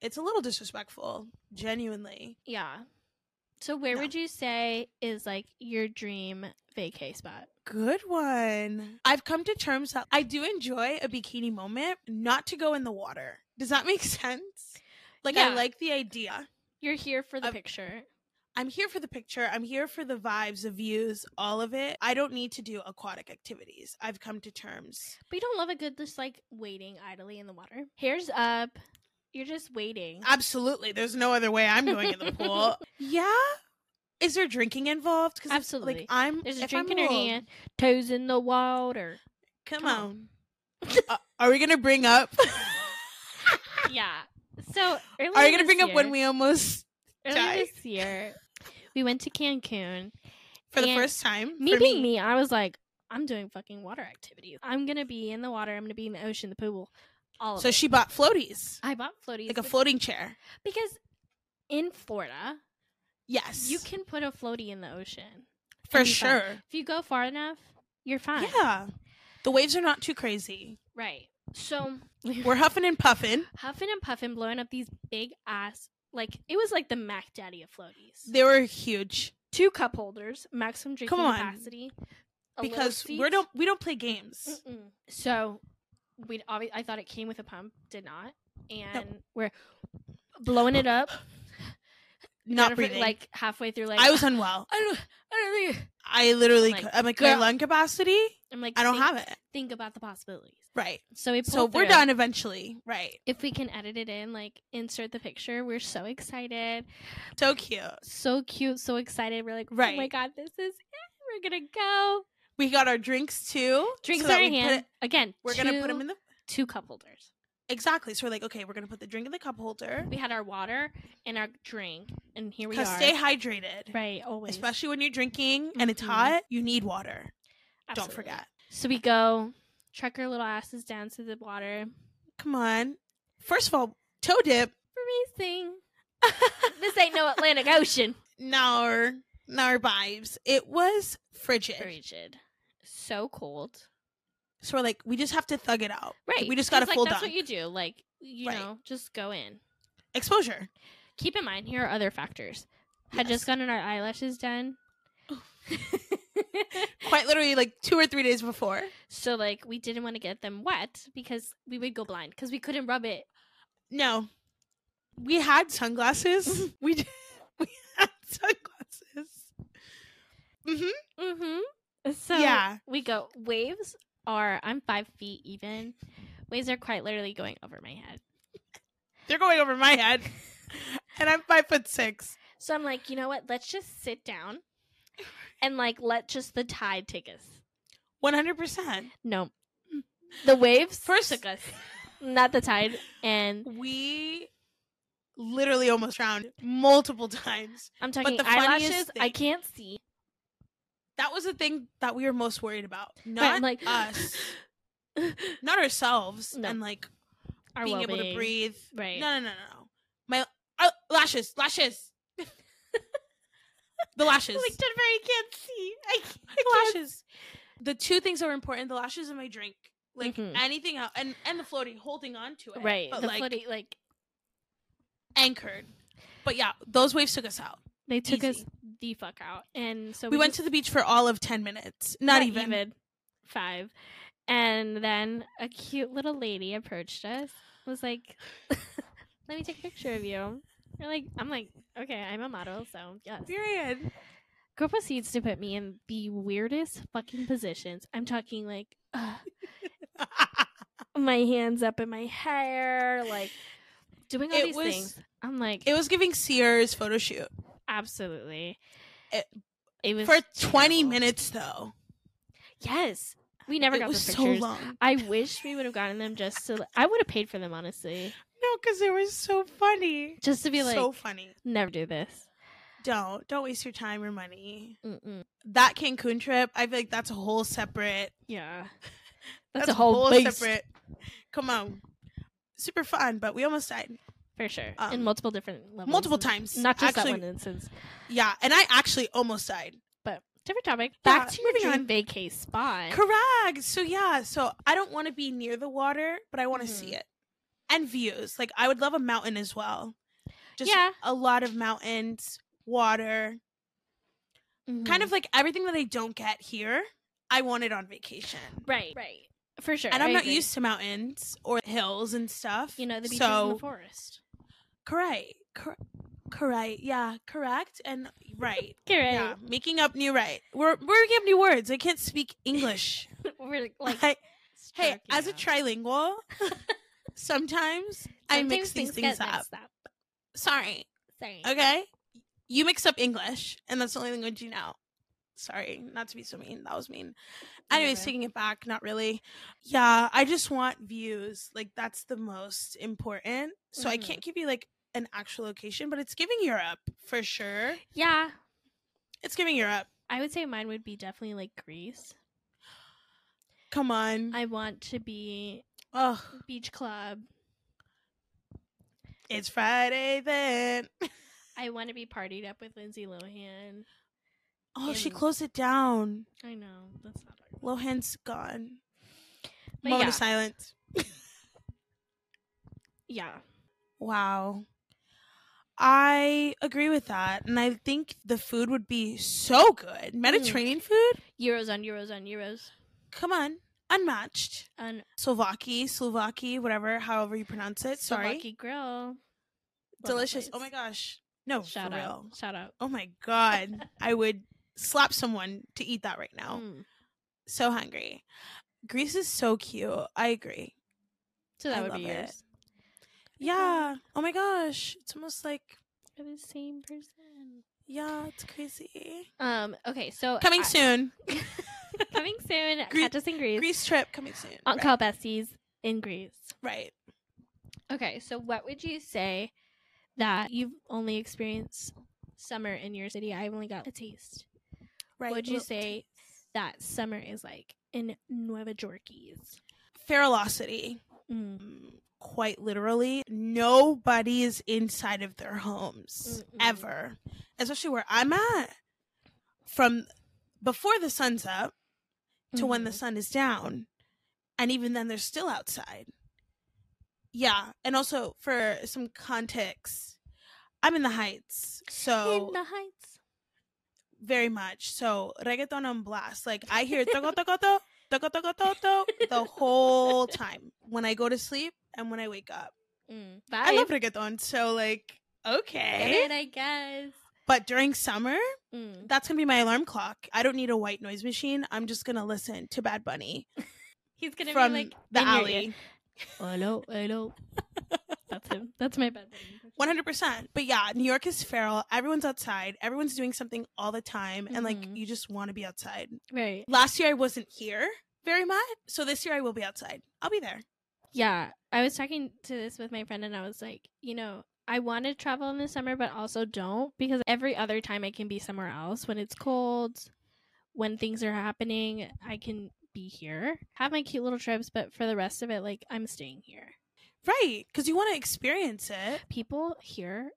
It's a little disrespectful, genuinely. Yeah. So where No. would you say is like your dream vacay spot? Good one. I've come to terms that I do enjoy a bikini moment, not to go in the water. Does that make sense? Like, I Yeah. like the idea. You're here for the Uh, picture. I'm here for the picture. I'm here for the vibes, the views, all of it. I don't need to do aquatic activities. I've come to terms. But you don't love a good just like waiting idly in the water. Hair's up. You're just waiting. Absolutely. There's no other way I'm going in the pool. yeah. Is there drinking involved? 'Cause if- Absolutely. Like, I'm. There's a if I'm drink in her old- hand, toes in the water. Come Come on. on. Uh, are we gonna bring up? yeah. So earlier are we gonna this bring up when year- we almost earlier die? this year we went to Cancun. for the And first time? Me for being me. I was like, I'm doing fucking water activities. I'm gonna be in the water. I'm gonna be in the ocean, the pool, all of So it. she bought floaties, I bought floaties like a which- floating chair. because in Florida Yes, you can put a floaty in the ocean. for and be fine. sure. If you go far enough, you're fine. Yeah, the waves are not too crazy. Right. So We're huffing and puffing. huffing and puffing, blowing up these big ass like it was like the Mac Daddy of floaties. They were huge Two cup holders, maximum drinking Come on. capacity. a little Mm, because we seat. don't we don't play games. Mm-mm. So we obvi- I thought it came with a pump, did not, and we're blowing it up. Not Jennifer, breathing. Like Like halfway through, like I was unwell. I don't. I don't think. I literally Like, cou- I'm like my girl. lung capacity. I'm like. I don't think, have it. Think about the possibilities. Right. So we. So pulled we're through. done eventually. Right. If we can edit it in, like insert the picture, we're so excited, So cute. so cute, so excited. We're like, oh my Right. god, this is it. We're gonna go. We got our drinks too. Drinks so that are we in put hand it- again. We're going gonna put them in the two cup holders. exactly. So we're like, okay, we're gonna put the drink in the cup holder. We had our water and our drink, and here we are. Cause stay hydrated, right, always. especially when you're drinking and it's Mhm. hot. You need water. Absolutely. Don't forget. So we go, truck our little asses down to the water. Come on. First of all, toe dip. Amazing. this ain't no Atlantic Ocean. now our now our vibes. It was frigid. Frigid. So cold. So we're like, we just have to thug it out. Right. We just got a 'cause, like, full That's dunk. what you do. Like, you Right. know, just go in. Exposure. Keep in mind, here are other factors. Had Yes. just gotten our eyelashes done. Quite literally like two or three days before. so, like, we didn't want to get them wet because we would go blind because we couldn't rub it. No. We had sunglasses. Mm-hmm. we did, we had sunglasses. hmm Mm-hmm. So Yeah. we go. Waves are I'm five feet even. Waves are quite literally going over my head. They're going over my head. and I'm five foot six. So I'm like, you know what? Let's just sit down and like let just the tide take us. One hundred percent. No. The waves First- took us. Not the tide. And We literally almost drowned multiple times. I'm talking the funniest eyelashes. I thing- can't see. That was the thing that we were most worried about. But I'm Not like us. Not ourselves. No. And like Our being able to well-being. breathe. Right. No, no, no, no, no. My uh, lashes, lashes. the lashes. Like Jennifer, I can't see. I can't. the lashes. The two things that were important: the lashes and my drink. Like Mhm. anything else, and and the floaty, holding on to it. Right. But the like floaty- like anchored. But yeah, those waves took us out. they took us easy. the fuck out. And so we went just- to the beach for all of ten minutes. Not, even. five. And then a cute little lady approached us, was like, "Let me take a picture of you." We're like, I'm like, okay, I'm a model, so yes. Period. Girl proceeds to put me in the weirdest fucking positions. I'm talking like uh, my hands up in my hair, like doing all It these was- things. I'm like, it was giving Sears photo shoot absolutely. It- It was for twenty terrible. minutes though. Yes, we never it got was those so pictures. long. I wish we would have gotten them just to. I would have paid for them honestly, No, because it was so funny. just to be like, so funny. never do this. Don't don't waste your time or money. Mm-mm. That Cancun trip, I feel like that's a whole separate. Yeah, that's, a whole, beast, separate. Come on, super fun, but we almost died for sure, in um, multiple different levels, multiple and times. not just actually, that one instance. Yeah, and I actually almost died. But different topic. Yeah, Back to your moving dream on. vacay spot. Correct. So yeah, so I don't want to be near the water, but I want to Mhm. see it and views. Like I would love a mountain as well. Just Yeah. a lot of mountains, water, Mhm. kind of like everything that I don't get here. I want it on vacation. right, right, for sure. and I'm I not agree. used to mountains or hills and stuff. you know, the beaches so, in the forest. correct, cor- correct, yeah, correct, and right, Correct. yeah. Making up new right. We're we're making up new words. I can't speak English. We're like, I- hey, struck as a out. trilingual, sometimes, I mix Sometimes these things, get up. mixed up. Sorry, Sorry. okay. You mix up English, and that's the only language you know. Sorry, not to be so mean. That was mean. Anyways, Whatever. taking it back, not really. Yeah, I just want views. Like that's the most important. So I Mhm. can't give you like an actual location, but it's giving Europe for sure. Yeah, It's giving Europe. I would say mine would be definitely like Greece. Come on. I want to be oh, beach club. it's Friday then. I want to be partied up with Lindsay Lohan. Oh, she Mm. closed it down. I know that's not. Our- Lohan's gone. But Moment yeah. of silence. yeah, Wow. I agree with that. And I think the food would be so Mm. good. Mediterranean food? euros on euros on euros. Come on. Unmatched. On Slovaki, Slovaki, whatever, however you pronounce it. Sorry. Slovaki Grill. Love that Delicious. Oh my place. gosh. No, Shout for out! real. Shout out! Oh my god. I would slap someone to eat that right now. Mm. So hungry. Greece is so cute. I agree. So that I would be love it. yours. Yeah. Oh my gosh. It's almost like For the same person. yeah, it's crazy. Um. Okay. So Coming I- soon. coming soon. Gre- Catch us in Greece. Greece trip coming soon. On right. call besties in Greece. right. Okay. So what would you say that you've only experienced summer in your city? I only got a taste. Right. Would you Little say that summer is like in Nueva Yorkies? Feralocity. Mm. Mm, Quite literally, nobody is inside of their homes Mm-mm. ever, especially where I'm at. From before the sun's up to when the Mhm. sun is down, and even then, they're still outside. Yeah, and also for some context, I'm in the Heights, so in the heights. very much. So reggaeton on blast. Like I hear toco toco to, toco toco to, to the whole time when I go to sleep and when I wake up. Mm. I love Vibe. reggaeton. So like Get okay, it, I guess. but during summer, Mm. that's gonna be my alarm clock. I don't need a white noise machine. I'm just gonna listen to Bad Bunny He's gonna from be like the in your ear. alley. Hello, hello. That's him. That's my bad. One hundred percent. But yeah, New York is feral. Everyone's outside. Everyone's doing something all the time, and like Mhm. you just want to be outside. Right. Last year I wasn't here very much, so this year I will be outside. I'll be there. Yeah. I was talking to this with my friend and I was like, you know, I want to travel in the summer, but also don't because every other time I can be somewhere else when it's cold, when things are happening, I can be here, have my cute little trips, but for the rest of it, like I'm staying here. Right, because you want to experience it. People here,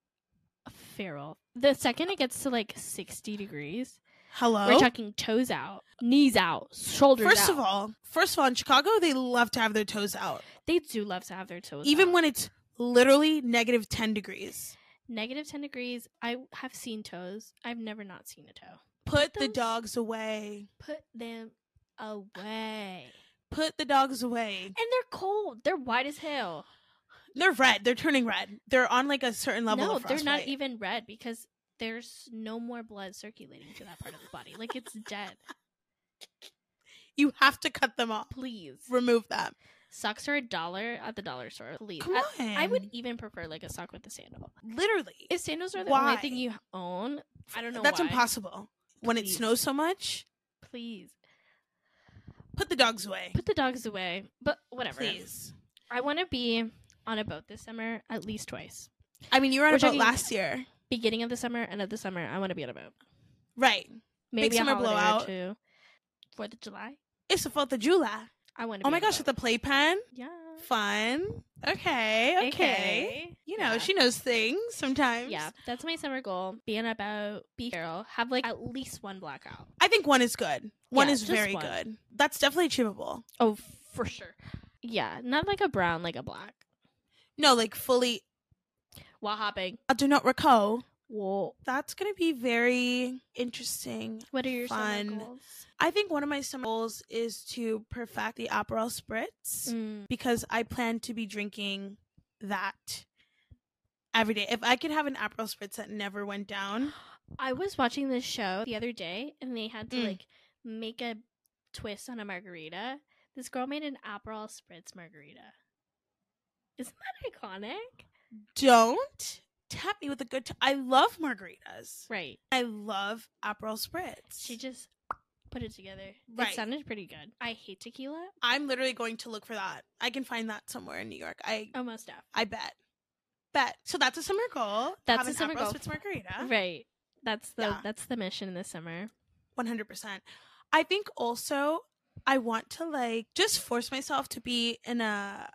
feral. The second it gets to like 60 degrees, Hello. we're talking toes out, knees out, shoulders Oh. first out. of all, first of all, in Chicago, they love to have their toes out, They do love to have their toes. even out. when it's literally negative ten degrees. negative ten degrees, I have seen toes. I've never not seen a toe. Put the those- dogs away. Put them away. Put the dogs away. And they're cold. They're white as hell. They're red. They're turning red. They're on like a certain level. no, of they're not frostbite. even red because there's no more blood circulating to that part of the body. Like it's dead. You have to cut them off. Please. Remove them. Socks are a dollar at the dollar store. Please. Come I, on. I would even prefer like a sock with a sandal. literally. If sandals are the Why? only thing you own, I don't know. That's why. impossible. When it Please. snows so much, Please put the dogs away. put the dogs away. But whatever. Please. I want to be on a boat this summer at least twice. I mean, you were on We're about talking- last year, Beginning of the summer, end of the summer, I want to be on a boat. right? Maybe a summer holiday blowout. or two. Fourth of July, It's the Fourth of July. I want to. Oh my gosh, at the playpen. yeah. Fun. Okay. Okay. You know, Yeah. she knows things sometimes. Yeah, that's my summer goal. Be on a boat, be girl, have like at least one blackout. I think one is good. One Yeah, is just very one. good. That's definitely achievable. Oh, for sure. Yeah, not like a brown, like a black. No, like fully While hopping. I do not recall. Whoa. That's gonna be very interesting. What are your Fun. summer goals? I think one of my summer goals is to perfect the Aperol spritz Mm, because I plan to be drinking that every day. If I could have an Aperol spritz that never went down, I was watching this show the other day, and they had to Mm. like make a twist on a margarita. This girl made an Aperol spritz margarita. Isn't that iconic? don't tap me with a good. T- I love margaritas. Right. I love Aperol Spritz. She just put it together. Right. It sounded pretty good. I hate tequila. I'm literally going to look for that. I can find that somewhere in New York. I Almost out. I bet. Bet. So that's a summer goal. That's Have a an summer Aperol goal. Spritz margarita. Right. That's the Yeah. that's the mission this summer. One hundred percent. I think also I want to like just force myself to be in a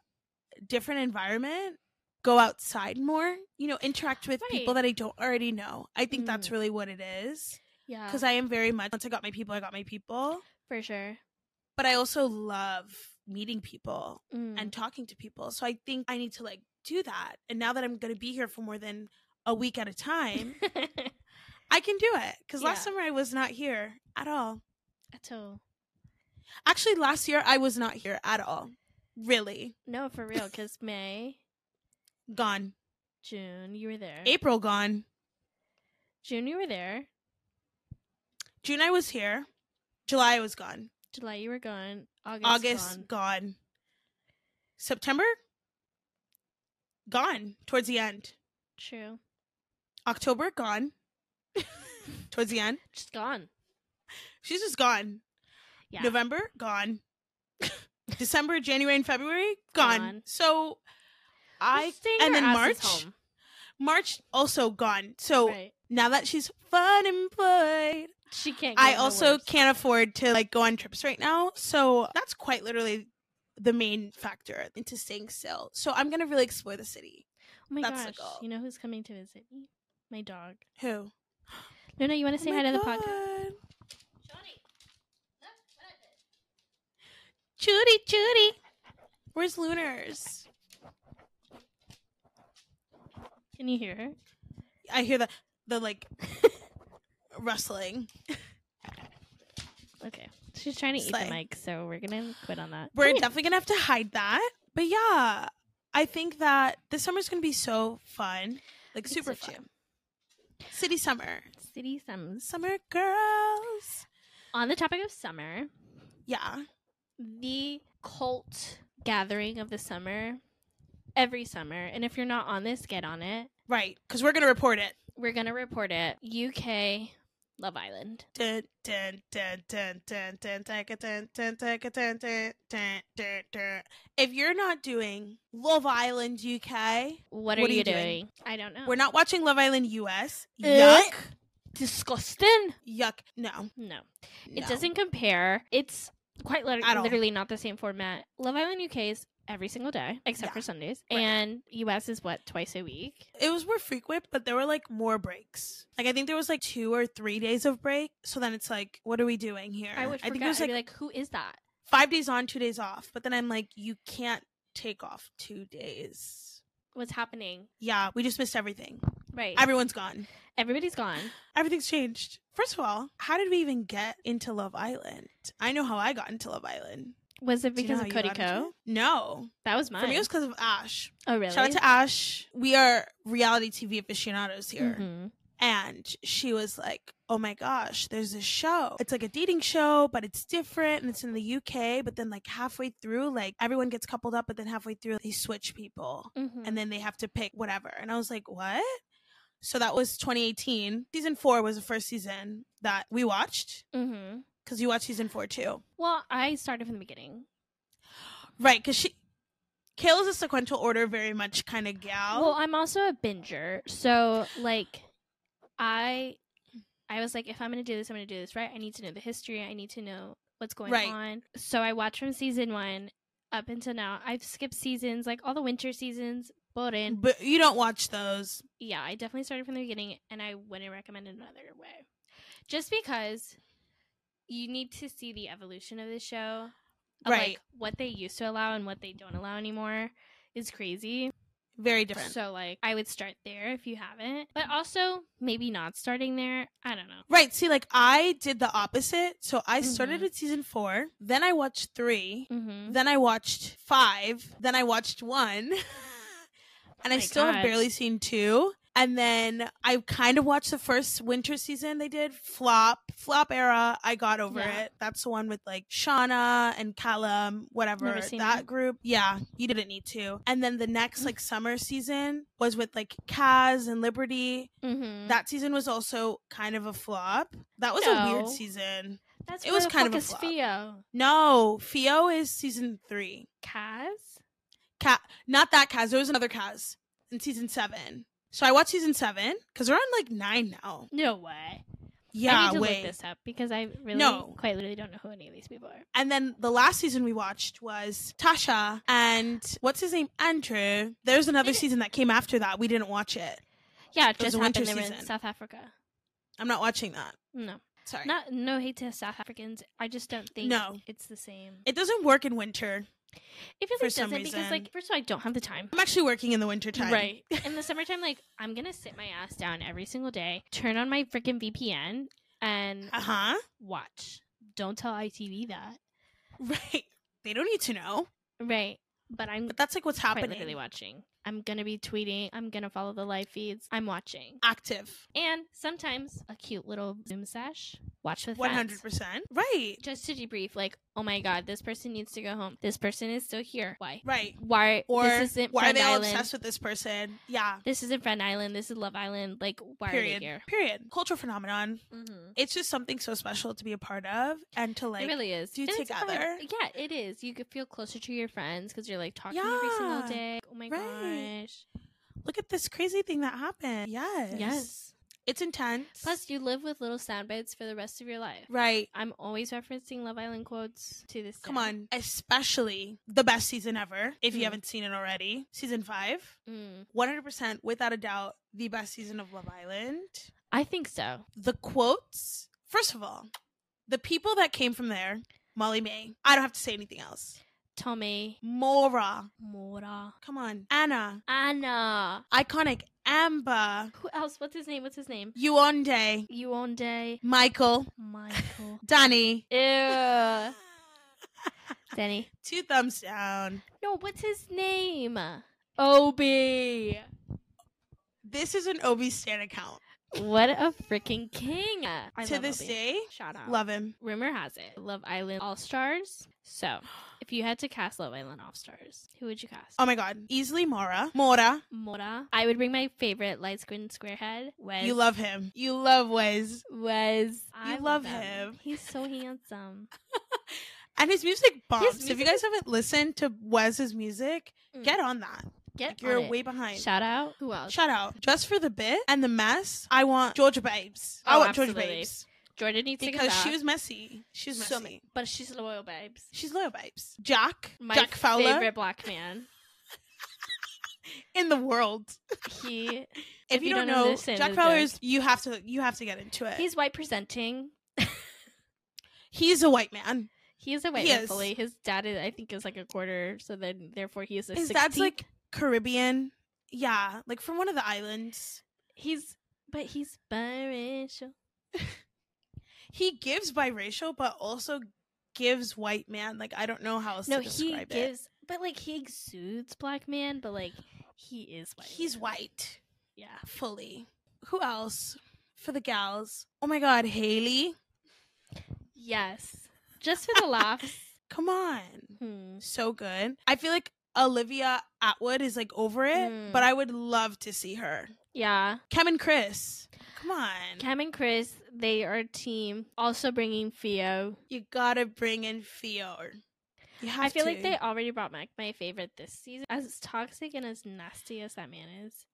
different environment, go outside more, you know, interact with people Right. that I don't already know. I think that's Mm. really what it is. Yeah. Because I am very much, once I got my people, I got my people. for sure. But I also love meeting people Mm. and talking to people. So I think I need to like do that. And now that I'm going to be here for more than a week at a time, I can do it. Because Yeah. last summer I was not here at all. At all. Actually, last year I was not here at all. Really. No, for real. Because May, Gone. June, you were there. April gone. June, you were there. June I was here. July I was gone. July, you were gone. August, August gone. gone. September gone towards the end. True. October gone towards the end. Just gone. She's just gone. Yeah. November gone. December, January, and February gone. Gone. So I Staying and our then asses March, Oh. home. March also gone. So Right. now that she's fun employed, She can't. Go I no also worse. can't afford to like go on trips right now. So that's quite literally the main factor into staying still. So I'm gonna really explore the city. Oh my that's the gosh! goal. You know who's coming to visit me? My dog. Who? No, no. You want to say Oh my hi to the podcast? God. Johnny. Judy, Judy. Where's Lunars? Can you hear her? I hear the the like rustling. Okay. She's trying to eat Slay. the mic, so we're gonna quit on that. We're Okay. definitely gonna have to hide that. But yeah, I think that this summer's gonna be so fun, like It's super so fun. true. City summer, City sums. summer girls. On the topic of summer, Yeah, the cult gathering of the summer every summer, and if you're not on this, get on it. right. Because we're gonna report it. We're gonna report it. UK Love Island. Dun, dun, dun, dun, dun, dun, taka, dun, dun, taka, dun, dun, dun, dun, dun. If you're not doing Love Island UK, What are, you, doing? I don't know. we're not watching Love Island US. Eh. Yuck. disgusting. Yuck. No. No, it no. doesn't compare. It's quite lit- At all. literally not the same format. Love Island UK is every single day except Yeah. for Sundays, Right. and US is what twice a week. It was more frequent, but there were like more breaks. Like I think there was like two or three days of break. So then it's like, what are we doing here? I would forget. think it was I'd like, be like, who is that? five days on, two days off. But then I'm like, you can't take off two days. What's happening? Yeah, we just missed everything. Right. Everyone's gone. Everybody's gone. Everything's changed. First of all, how did we even get into Love Island? I know how I got into Love Island. Was it Do you know because how of you Cody got into Co? it? No. That was mine. For me, it was because of Ash. oh, really? Shout out to Ash. We are reality TV aficionados here. Mhm. And she was like, Oh my gosh, there's this show. It's like a dating show, but it's different and it's in the UK. But then, like, halfway through, like, everyone gets coupled up, but then halfway through, they switch people Mhm. and then they have to pick whatever. And I was like, What? So that was 2018. Season four was the first season that we watched Mhm. because you watched season four too. Well, I started from the beginning. Right. Because she, Kayla's a sequential order, very much kind of gal. Well, I'm also a binger, so like, I, I was like, if I'm gonna do this, I'm gonna do this right. I need to know the history. I need to know what's going Right. on. So I watched from season one up until now. I've skipped seasons, like all the winter seasons. Boring. but you don't watch those. yeah, I definitely started from the beginning and I wouldn't recommend another way. Just because you need to see the evolution of the show. Of Right. Like what they used to allow and what they don't allow anymore is crazy. Very different. So like I would start there if you haven't. But also maybe not starting there. I don't know. Right. See, like I did the opposite. So I started Mhm. with season four, then I watched 3 Mm-hmm. then I watched five, then I watched one, and I my still have God. barely seen two. And then I kind of watched the first winter season they did, Flop, Flop era. I got over Yeah. it. That's the one with like Shauna and Callum, whatever Never seen that it. Mm. group. Yeah, you didn't need to. And then the next like summer season was with like Kaz and Liberty. Mm-hmm. That season was also kind of a flop. That was a weird No. season. That's it was where the kind of fuck a is flop. Theo. No, Fio is season three. Kaz? Ca not that Kaz. There was another Kaz in season seven. So I watched season seven because we're on like nine now. No way. I Yeah, need to wait. look this up because I really No. quite literally don't know who any of these people are. And then the last season we watched was Tasha and what's his name? Andrew. There's another Did it- season that came after that. We didn't watch it. Yeah, it was just a winter happened. They were in season. South Africa. I'm not watching that. No, Sorry. not no hate to South Africans. I just don't think No. it's the same. it doesn't work in winter. It feels for like it some doesn't because reason- like first of all, I don't have the time. I'm actually working in the winter time. Right. In the summertime, like I'm gonna sit my ass down every single day, turn on my freaking VPN, and Uh huh. watch. Don't tell ITV that. Right. They don't need to know. Right. But I'm But that's like what's quite happening. literally watching. I'm gonna be tweeting. I'm gonna follow the live feeds. I'm watching. Active. And sometimes a cute little Zoom sesh. Watch with One friends. hundred percent. Right. Just to debrief, like, oh my god, this person needs to go home. This person is still here. Why? Right. Why? Or this isn't why are Friend they all Island. obsessed with this person? Yeah. this isn't Friend Island. This is Love Island. Like, why are Period. they here? Period. Cultural phenomenon. Mm-hmm. It's just something so special to be a part of and to like it really is. do And it's together. fun. Yeah, it is. You could feel closer to your friends because you're like talking every single Yeah. day. Oh my Right. gosh. look at this crazy thing that happened. Yes. Yes. It's intense. Plus, you live with little sound bites for the rest of your life. right. I'm always referencing Love Island quotes to this. Come day. on. Especially the best season ever, if you Mm. haven't seen it already. Season five. Mm, 100% without a doubt the best season of Love Island. I think so. The quotes, first of all, the people that came from there, Molly May. I don't have to say anything else. Tommy, Mora. Mora, Come on. Anna. Anna. Iconic. Amber. Who else? What's his name? What's his name? Yuonde. Yuonde, Michael. Michael. Danny. Ew. Danny. Two thumbs down. No, what's his name? Obi. This is an Obi Stan account. What a freaking king. I to love this Obi. day, Shout out. love him. Rumor has it, Love Island All Stars. So, if you had to cast Love Island All Stars, who would you cast? Oh my god. Easily Mora. Mora. Mora. I would bring my favorite light skin squarehead. Wes. You love him. You love Wes. Wes. I love him. He's so handsome. And his music bombs. if you music guys haven't listened to Wes's music, Mm. get on that. Get Like, you're on it. way behind. Shout out. Who else? Shout out. Just for the bit and the mess, I want Georgia Babes. I Oh, want Georgia absolutely. Babes. Jordan needs to Because come she back. was messy. She was messy. So ma- but she's loyal, babes. She's loyal babes. Jack. My Jack Fowler favorite black man. in the world. He If, you, don't, know, this, then Jack the Fowler joke. is you have to you have to get into it. He's he's white presenting. he's a white man. He is a white He man is. fully. His dad is, I think, is like a quarter. So then, therefore, he is a. His 16th. dad's like Caribbean. Yeah, like from one of the islands. he's, but he's biracial. He gives biracial, but also gives white man. Like I don't know how else No, to he describe it. gives, but like he exudes black man, but like he is white. He's man. white Yeah, fully. Who else for the gals? Oh my God, Haley! yes. Just for the laughs. Come on, Hmm. so good. I feel like Olivia Atwood is like over it, Mm. but I would love to see her. Yeah, Cam and Chris, come on. Cam and Chris, they are a team. Also bringing Theo. you gotta bring in Theo. You have I feel to. like they already brought back my favorite this season. As toxic and as nasty as that man is,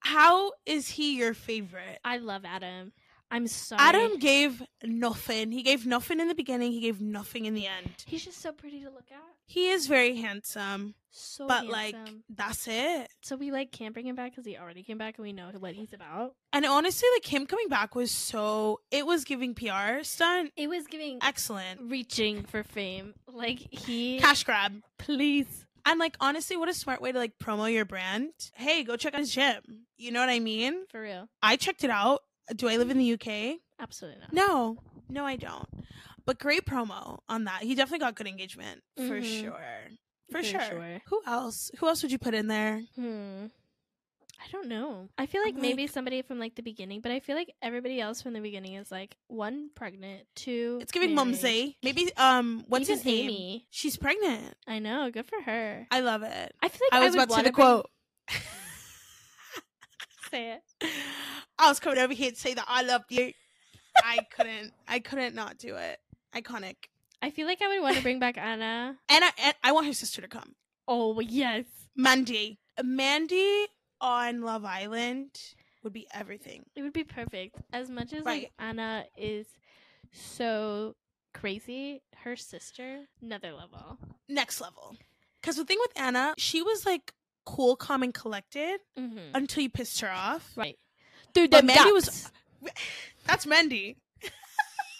How is he your favorite? I love Adam. I'm sorry. Adam gave nothing. He gave nothing in the beginning. He gave nothing in the end. He's just so pretty to look at. He is very handsome, So but handsome. like that's it. so we like can't bring him back because he already came back and we know what he's about. And honestly, like him coming back was so it was giving PR stunt. It was giving Excellent reaching for fame. Like he cash grab. please. And like honestly, what a smart way to like promo your brand. Hey, go check out his gym. You know what I mean? For real. I checked it out. Do I live in the UK? Absolutely not. No, no, I don't. But great promo on that. He definitely got good engagement for Mhm. sure. For, For sure. sure. Who else? Who else would you put in there? Hmm. I don't know. I feel like I'm maybe like- somebody from like the beginning, but I feel like everybody else from the beginning is like one pregnant, two. It's giving married. mumsy. Maybe um, what's Even his name? Amy. She's pregnant. I know. Good for her. I love it. I feel like I was would about to wanna the bring- quote. Say it. I was coming over here to say that I loved you. I couldn't. I couldn't not do it. Iconic. I feel like I would want to bring back Anna. And I, and I want her sister to come. Oh yes. Mandy. Mandy on Love Island would be everything. It would be perfect. As much as like Right. Anna is so crazy, her sister, another level. Next level. Because the thing with Anna, she was like cool, calm, and collected Mm-hmm. until you pissed her off. Right. Through But the Mandy Mandy was- That's Mandy.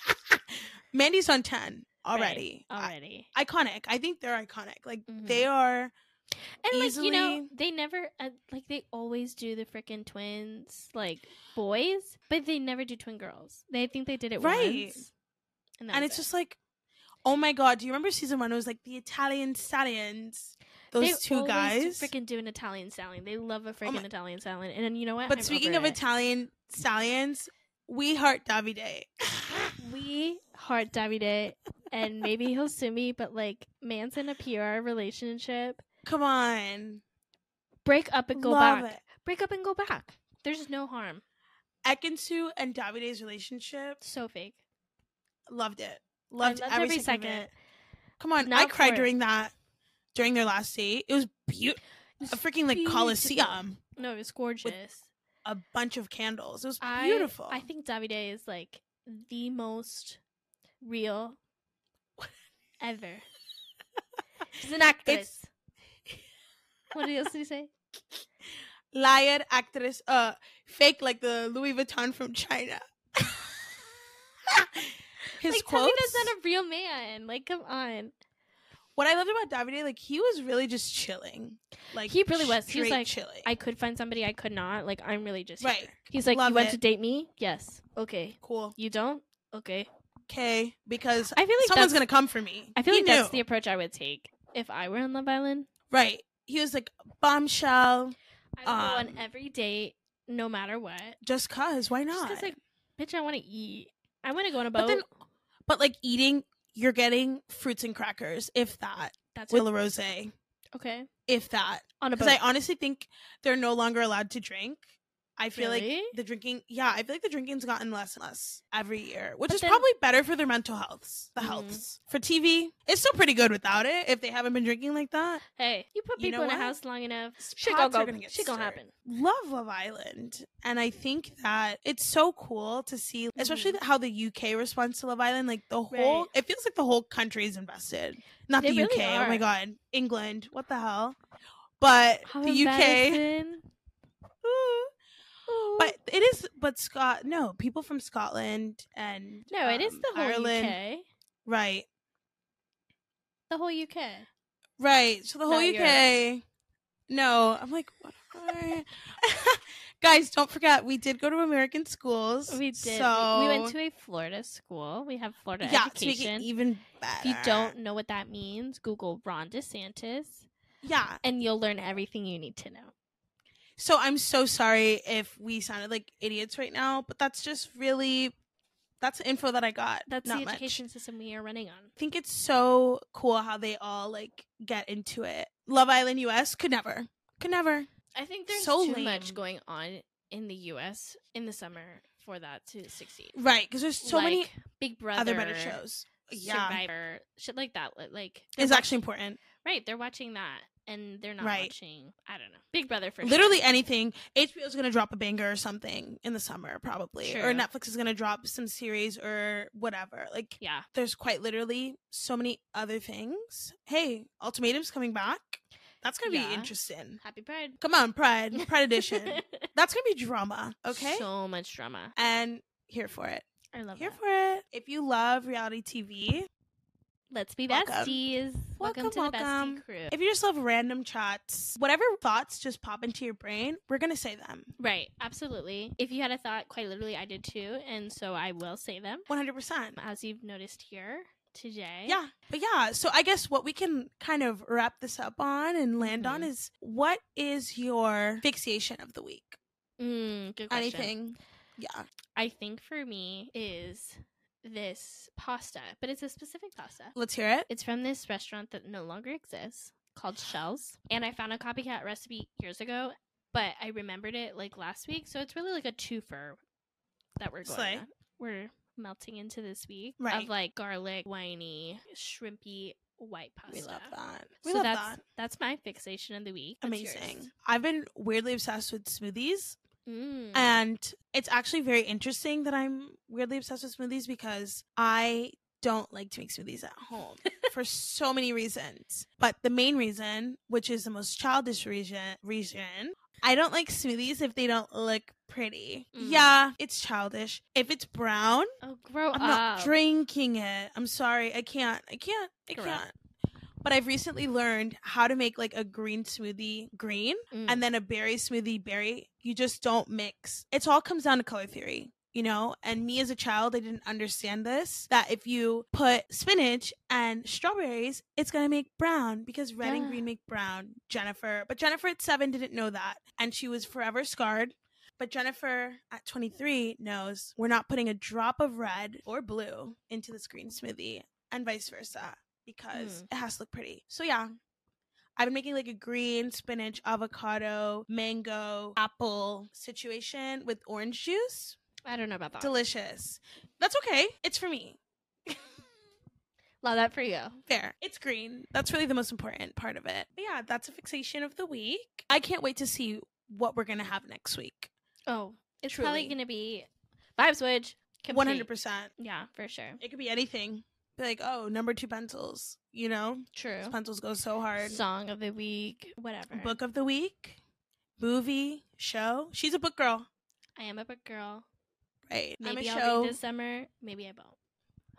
Mandy's on 10 already. I- already. iconic. I think they're iconic. Like Mhm. they are And like you know, easily- they never uh, like they always do the freaking twins like boys, but they never do twin girls. They I think they did it Right. once, and, that and was it's it. just like oh my god, do you remember season 1 it was like the Italian stallions? Those They two always guys. Oh freaking do an Italian stallion. They love a freaking my- Italian stallion. And then you know what? But I'm speaking over of it. Italian stallions, we heart Davide. we heart Davide, and maybe he'll sue me. But like, man's in a PR relationship. Come on. Break up and go Love back. it. Break up and go back. There's no harm. Ekansu and Davide's relationship, So fake. loved it. Loved, loved every, every second. of second. it. Come on, Not I cried for- during that during their last date. It was beautiful. It was a freaking like beautiful. coliseum No, it was gorgeous. a bunch of candles it was I- beautiful I, think Davide is like the most real ever. She's an actress. what else did he say? liar actress uh fake like the louis vuitton from china his like, tell me quotes that's not a real man. Like, come on. what i loved about davide like he was really just chilling like He really was. He was straight like, chilling I could find somebody I could not. Like, I'm really just Right. Here. He's like, Love you want it. to date me? Yes. Okay. cool You don't? Okay. okay because I feel like someone's that's- gonna come for me I feel He like that's the knew. approach I would take if I were on Love Island. right he was like bombshell I would Um, go on every date, no matter what. just cause why Just not 'cause, like, bitch, I want to eat. I want to go on a boat. but then but like eating you're getting fruits and crackers if that that's with it. La Rose, okay. if that. On a boat. Because I honestly think they're no longer allowed to drink. I feel like Really? the drinking, yeah, I feel like the drinking's gotten less and less every year, which But is then- probably better for their mental healths, the Mhm. healths. For TV, it's still pretty good without it if they haven't been drinking like that. hey, you put You people know in a what? house long enough, Pots shit gonna are go. gonna get Shit gonna stirred. happen. Love Love Island. And I think that it's so cool to see, especially the- how the UK responds to Love Island. Like the whole, Mm-hmm. Right. it feels like the whole country is invested. Not They the really UK. Oh my are. God. England. What the hell? But How the UK. embarrassing. Oh. Ooh. Ooh. But it is, but Scott, no, people from Scotland and no, it is um, the whole Ireland, UK. right, The whole UK. right. So the whole Not UK. No, I'm like, what? am I- guys, don't forget we did go to American schools. We did. So we, we went to a Florida school. We have Florida yeah, to make education. it even better. if you don't know what that means, Google Ron DeSantis, yeah. and you'll learn everything you need to know. So I'm so sorry if we sounded like idiots right now, but that's just really that's the info that I got. That's not the much. education system we are running on. I think it's so cool how they all like get into it. Love Island US could never. Could never. I think there's So too lame. much going on in the U.S. in the summer for that to succeed. Right, because there's so many Like, Big Brother, other better shows. Yeah. Survivor, shit like that. li- Like It's they're actually watching- important. right. They're watching that, and they're not Right. watching. I don't know. Big Brother for sure. Literally anything. HBO's gonna drop a banger or something in the summer, probably. Or True. Netflix is gonna drop some series or whatever. Like Yeah. there's quite literally so many other things. Hey, Ultimatum's coming back. That's gonna Yeah. be interesting. Happy Pride. Come on, Pride, Pride Edition. That's gonna be drama, okay? So much drama. and here for it. I love Here that. for it. If you love reality TV, Let's be Welcome. besties. Welcome, Welcome, to the welcome. bestie crew. if you just love random chats, whatever thoughts just pop into your brain, we're going to say them. right, absolutely. If you had a thought, quite literally, I did too, and so I will say them 100%. as you've noticed here today. Yeah. But yeah, so I guess what we can kind of wrap this up on and land on Mhm. is what is your fixation of the week? Mm, good question. Anything? Yeah. I think for me is this pasta, but it's a specific pasta. Let's hear it. It's from this restaurant that no longer exists called Shells. And I found a copycat recipe years ago, but I remembered it like last week. So it's really like a twofer that we're going. Slay. on. We're melting into this week Right. of like garlic, winey, shrimpy white pasta. We love that. We so love that's that. that's my fixation of the week. What's yours? Amazing. I've been weirdly obsessed with smoothies. Mm. And it's actually very interesting that I'm weirdly obsessed with smoothies because I don't like to make smoothies at home for so many reasons. But the main reason, which is the most childish reason, reason I don't like smoothies if they don't look pretty. Mm. Yeah, it's childish. If it's brown, oh, grow I'm up. not drinking it. I'm sorry. I can't. I can't. I Correct. can't. But I've recently learned how to make like a green smoothie green Mm. and then a berry smoothie berry. You just don't mix. It's all comes down to color theory, you know? And me as a child, I didn't understand this that if you put spinach and strawberries, it's going to make brown because red and Yeah. green make brown. Jennifer, but Jennifer at seven didn't know that. And she was forever scarred. But Jennifer at 23 knows we're not putting a drop of red or blue into this green smoothie and vice versa because Hmm. it has to look pretty. So, yeah, I've been making like a green spinach, avocado, mango, apple situation with orange juice. I don't know about that. Delicious. That's okay. It's for me. Love that for you. Fair. It's green. That's really the most important part of it. But yeah, that's a fixation of the week. I can't wait to see what we're going to have next week. Oh, it's Truly. probably gonna be vibe switch. One complete. hundred percent. Yeah, for sure. It could be anything. Be like, oh, number two pencils. You know, True. Those pencils go so hard. Song of the week, whatever. Book of the week, movie, show. She's a book girl, I am a book girl. right? Maybe I'm a I'll show. read this summer. Maybe I won't.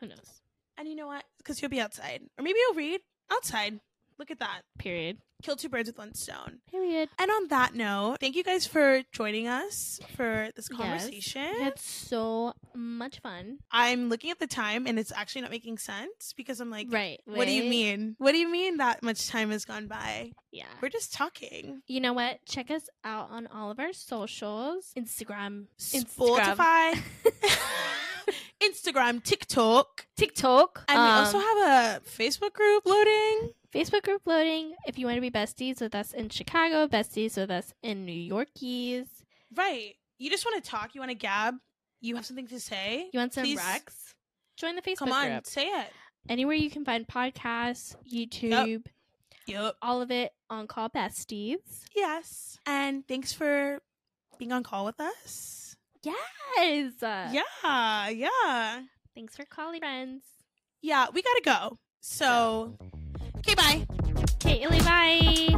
Who knows? And you know what? Because you'll be outside, or maybe you'll read outside. Look at that. Period. Kill two birds with one stone. Period. And on that note, thank you guys for joining us for this Yes. conversation. That's so much fun. I'm looking at the time and it's actually not making sense because I'm like, right. what do you wait. mean? What do you mean that much time has gone by? Yeah. We're just talking. You know what? Check us out on all of our socials Instagram, Instagram, Spotify, Instagram, TikTok, TikTok, and we also um, have a Facebook group loading. Facebook group loading. If you want to be besties with us in Chicago, besties with us in New Yorkies, Right. You just want to talk. You want to gab. You have something to say. you want some Please- recs, join the Facebook Come on, group. say it. Anywhere you can find podcasts, YouTube, Yep. all of it on Call Besties. Yes. And thanks for being on call with us. Yes. Uh, Yeah. yeah. Yeah. Thanks for calling, friends. Yeah. We gotta go. So. Okay. Bye. Okay, Illy, bye.